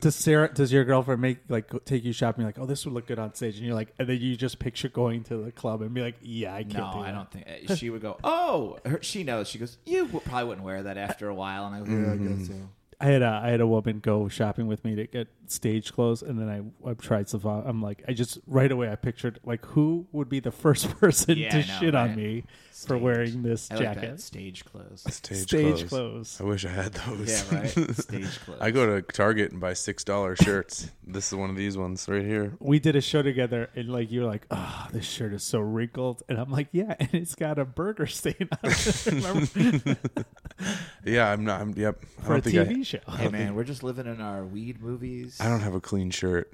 S1: Does Sarah? Does your girlfriend make like go- take you shopping? Like, oh, this would look good on stage, and you're like, and then you just picture going to the club and be like, yeah, I can't.
S2: No,
S1: do
S2: I
S1: that.
S2: don't think uh, she would go. Oh, her, she knows. She goes. You w- probably wouldn't wear that after a while. And I, go,
S3: Mm-hmm.
S2: yeah, I guess so.
S1: I had a I had a woman go shopping with me to get stage clothes, and then I I tried Savant. I'm like, I just right away I pictured like who would be the first *laughs* person
S2: Yeah,
S1: to
S2: I know,
S1: shit on
S2: right?
S1: me for
S2: Stage.
S1: wearing this
S2: I like that
S1: jacket.
S2: stage clothes.
S3: *laughs* Stage,
S1: Stage
S3: clothes.
S1: clothes.
S3: I wish I had those.
S2: yeah,
S3: *laughs*
S2: right. Stage clothes.
S3: I go to Target and buy six dollar shirts. this is one of these ones right here.
S1: We did a show together, and like you were like, "Oh, this shirt is so wrinkled," and I'm like, "Yeah," *laughs* and it's got a burger stain on it. Remember?
S3: Yeah, I'm not. I'm, yep. I
S1: for a
S3: don't think
S1: TV
S3: I.
S1: show.
S2: Hey man, we're just living in our weed movies.
S3: I don't have a clean shirt.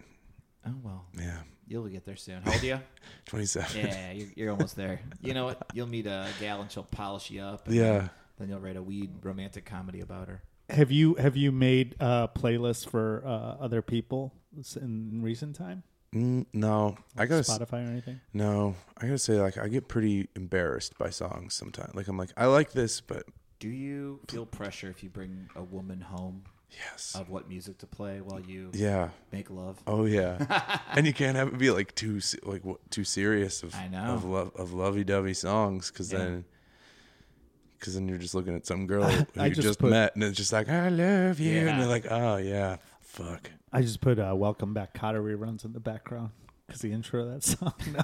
S2: Oh well,
S3: Yeah,
S2: you'll get there soon. How old are you?
S3: twenty-seven.
S2: *laughs* Yeah, you're, you're almost there. You know what? You'll meet a gal and she'll polish you up. And
S3: Yeah.
S2: Then you'll write a weed romantic comedy about her.
S1: Have you have you made uh, playlists for uh, other people in recent time?
S3: *laughs* Mm, no, I gotta. s-
S1: Spotify or anything?
S3: No, I gotta say, like, I get pretty embarrassed by songs sometimes. Like, I'm like, I like this, but
S2: Do you feel pressure if you bring a woman home
S3: yes,
S2: of what music to play while you
S3: yeah,
S2: make love?
S3: oh yeah, and you can't have it be like too se- like what, too serious of
S2: I know.
S3: of love of lovey-dovey songs because
S2: Yeah.
S3: then. Because then you're just looking at some girl who
S1: I
S3: you
S1: just
S3: just,
S1: put-
S3: met, and it's just like, "I love you,"
S2: Yeah.
S3: and they're like, "Oh yeah, fuck."
S1: I just put uh, "Welcome Back, Cotter" reruns in the background because the intro of that *laughs* song. No,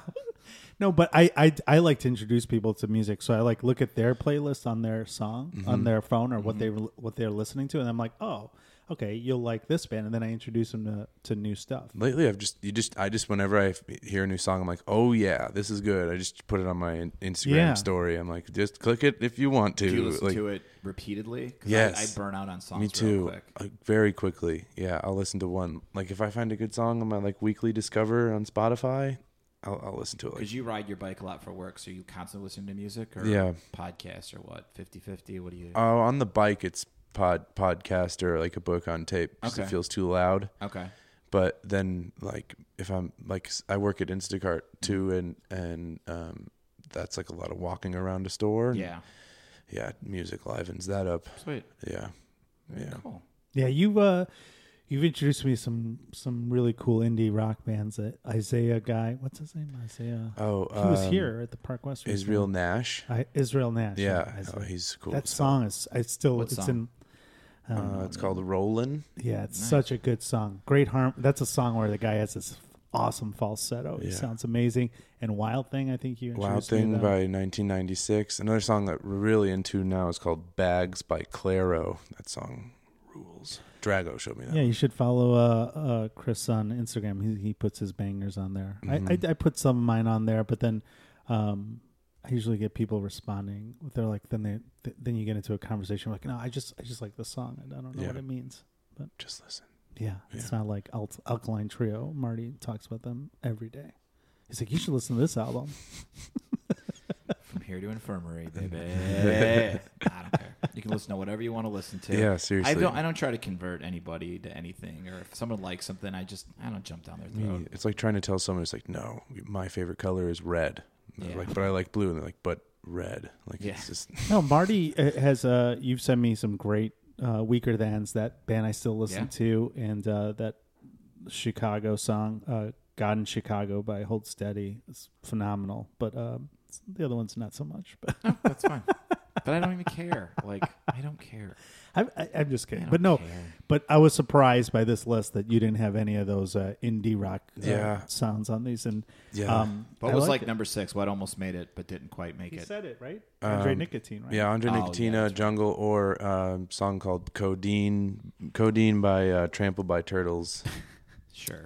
S1: No, but I, I I like to introduce people to music, so I like look at their playlist on their song on their phone or what they what they're listening to, and I'm like, oh, okay, you'll like this band, and then I introduce them to, to new stuff.
S3: Lately, I've just you just I just whenever I f- hear a new song, I'm like, oh yeah, this is good. I just put it on my in- Instagram
S1: Yeah.
S3: story. I'm like, just click it if you want to.
S2: Do you listen
S3: like,
S2: to it repeatedly? 'Cause I, I
S3: Yes.
S2: burn out on songs
S3: Me
S2: real
S3: too.
S2: quick.
S3: Uh, very quickly. Yeah, I'll listen to one. Like if I find a good song on my like weekly discover on Spotify, I'll, I'll listen to it. Like,
S2: Because you ride your bike a lot for work, so you constantly listen to music or
S3: Yeah.
S2: podcasts or what? 50 50? What do you.
S3: oh, on the bike, it's pod podcast or like a book on tape 'cause
S2: Okay.
S3: it feels too loud.
S2: okay.
S3: but then like if i'm like s- i work at instacart too and and um that's like a lot of walking around a store
S2: Yeah.
S3: yeah music livens that up
S2: Sweet.
S3: yeah yeah
S2: Cool.
S1: Yeah, you've uh, you've introduced me to some some really cool indie rock bands. That Isaiah guy, what's his name? Isaiah.
S3: oh
S1: he was
S3: um,
S1: here Mm-hmm. at the Park West. recently.
S3: israel nash
S1: I, Israel Nash.
S3: yeah
S1: Isaiel.
S3: oh, he's cool
S1: that song is I still
S2: What
S1: it's
S2: song?
S1: in. I don't
S3: uh,
S1: know.
S3: it's called Rollin'.
S1: Yeah, it's such a good song. Great harm. That's a song where the guy has this awesome falsetto. He
S3: Yeah.
S1: sounds amazing. And Wild Thing, I think you
S3: Wild
S1: introduced me to
S3: Thing
S1: that.
S3: by 1996. Another song that we're really into now is called Bags by Claro. That song rules. Drago showed me that.
S1: Yeah, you should follow uh, uh, Chris on Instagram. He he puts his bangers on there.
S3: Mm-hmm.
S1: I, I I put some of mine on there, but then um, I usually get people responding. They're like, then they th- then you get into a conversation like, no, I just I just like the song. I don't know
S3: Yeah.
S1: what it means.
S3: Just listen.
S1: Yeah, it's not like Al- Alkaline Trio. Marty talks about them every day. He's like, you should listen to this album.
S2: From here to
S3: *laughs*
S2: infirmary, baby. I don't care. You can listen to whatever you want to listen to.
S3: Yeah, seriously.
S2: I don't. I don't try to convert anybody to anything, or if someone likes something, I just I don't jump down their
S3: Me,
S2: throat.
S3: It's like trying to tell someone it's like, no, my favorite color is red. And they're
S2: Yeah.
S3: Like, but I like blue, and they're like, but red. Like,
S2: Yeah.
S3: it's just
S1: No, Marty uh, has. Uh, you've sent me some great uh, weaker than's that band I still listen
S2: Yeah.
S1: to, and uh, that Chicago song, uh, "God in Chicago" by Hold Steady, is phenomenal. But um, the other one's not so much. But *laughs*
S2: That's fine. but I don't even
S3: *laughs*
S2: care. Like I don't care.
S1: I, I, I'm just kidding.
S2: I don't
S1: But no,
S2: care.
S1: but I was surprised by this list that you didn't have any of those uh, indie rock uh,
S3: Yeah.
S1: sounds on these. And
S3: Yeah.
S1: um,
S2: But
S1: I
S2: it was like
S1: liked
S2: number six. What almost made it, but didn't quite make
S1: He
S2: it.
S1: said it right. Andre Nicotine, right?
S3: Um, yeah. Andre
S2: Oh, yeah,
S3: Nicotina,
S2: that's right.
S3: Jungle, or um, song called Codeine, Codeine by uh, Trampled
S2: *laughs*
S3: by Turtles.
S2: Sure.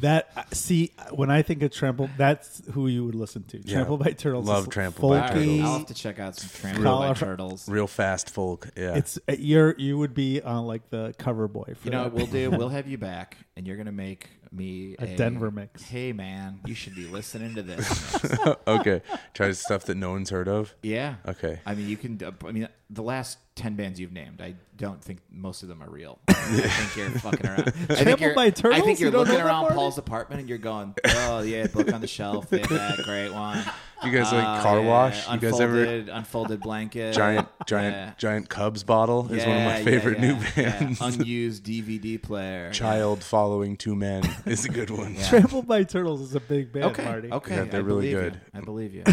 S1: That uh, see when I think of Trample, that's who you would listen to.
S3: Yeah.
S1: Trample by Turtles.
S3: Love
S1: is
S3: Trample by
S2: All
S1: folky.
S2: right. I'll have to check out some Trample by
S1: Colorado-
S2: Turtles.
S3: Real fast folk. Yeah,
S1: It's uh, you're you would be on like the cover boy. For
S2: You know
S1: that.
S2: what we'll do? We'll have you back, and you're gonna make
S3: *laughs*
S2: me
S1: A Denver mix.
S2: Hey man, you should be listening to this. mix."
S3: okay. Try stuff that no one's heard of.
S2: yeah.
S3: Okay.
S2: I mean, you can. I mean, the last ten bands you've named, I don't think most of them are
S3: *laughs*
S2: real. I think you're fucking around. I think
S1: Trampled
S2: you're,
S1: by Turtles?
S2: I think
S1: You
S2: you're
S1: don't
S2: looking
S1: know that
S2: around
S1: part?
S2: Paul's apartment and you're going, "Oh yeah, book on the shelf, yeah, that great one."
S3: *laughs* You guys
S2: Uh,
S3: like car
S2: yeah,
S3: wash? you guys ever
S2: unfolded, unfolded blanket? *laughs*
S3: giant giant giant Cubs bottle *laughs* is one of my favorite
S2: yeah,
S3: new
S2: yeah.
S3: bands. *laughs*
S2: Unused DVD player.
S3: Child following two
S2: *laughs*
S3: men is a good one.
S1: *laughs* *laughs* Trample by Turtles is a big band,
S2: Okay.
S1: Marty.
S2: Okay.
S3: Yeah, they're
S2: I
S3: really
S2: believe
S3: good.
S2: You. I believe
S3: *laughs*
S2: you.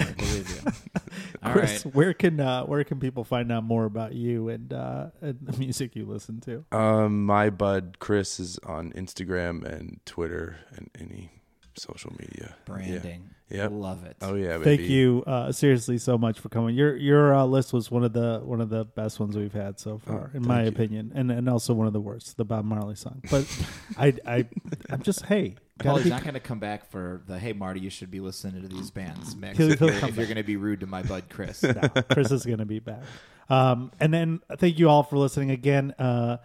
S2: I believe you. All right.
S1: *laughs* Chris, where can uh, where can people find out more about you and, uh, and the *laughs* music you listen to?
S3: *laughs* Um, my bud Chris is on Instagram and Twitter and any social media
S2: Branding.
S3: Yeah. Yep.
S2: Love it.
S3: Yeah. Oh yeah,
S1: Thank
S3: baby.
S1: you uh, seriously so much for coming. Your your uh, list was one of the one of the best ones we've had so far, in my opinion, and and also one of the worst, the Bob Marley song. But I I I'm just hey,
S2: Paul,
S1: gotta
S2: he's
S1: be *laughs*
S2: not going to come back for the hey Marty, you should be listening to these bands mix.
S1: He'll-
S2: if
S1: he'll
S2: you're,
S1: come
S2: if you're going to be rude to my bud
S1: *laughs*
S2: Chris,
S1: No, Chris is going to be back. Um, and then thank you all for listening again. Uh,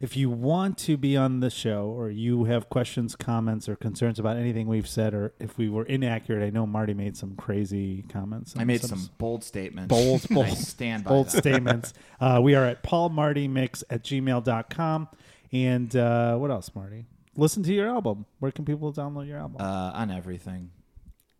S1: if you want to be on the show or you have questions, comments, or concerns about anything we've said, or if we were inaccurate, I know Marty made some crazy comments.
S2: I made some bold statements.
S1: Bold-
S2: and *laughs* I
S1: bold-
S2: stand by
S1: bold
S2: them.
S1: statements. Uh, we are at paulmartymix at gmail.com. And uh, what else, Marty? Listen to your album. Where can people download your album?
S2: uh, on everything.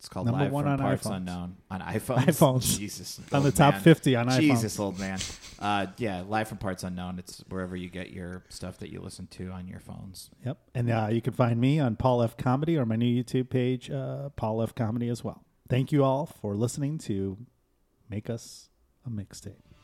S2: It's called
S1: Number
S2: Live
S1: one
S2: from
S1: on
S2: Parts
S1: iPhones.
S2: Unknown on iPhones.
S1: *laughs* iPhones.
S2: Jesus,
S1: On
S2: old
S1: the top
S2: man.
S1: 50 on iPhones.
S2: Jesus, old man. Uh, yeah, Live from Parts Unknown. It's wherever you get your stuff that you listen to on your phones.
S1: yep. And uh, you can find me on Paul F. Comedy or my new YouTube page, uh, Paul F. Comedy as well. Thank you all for listening to Make Us a Mixtape.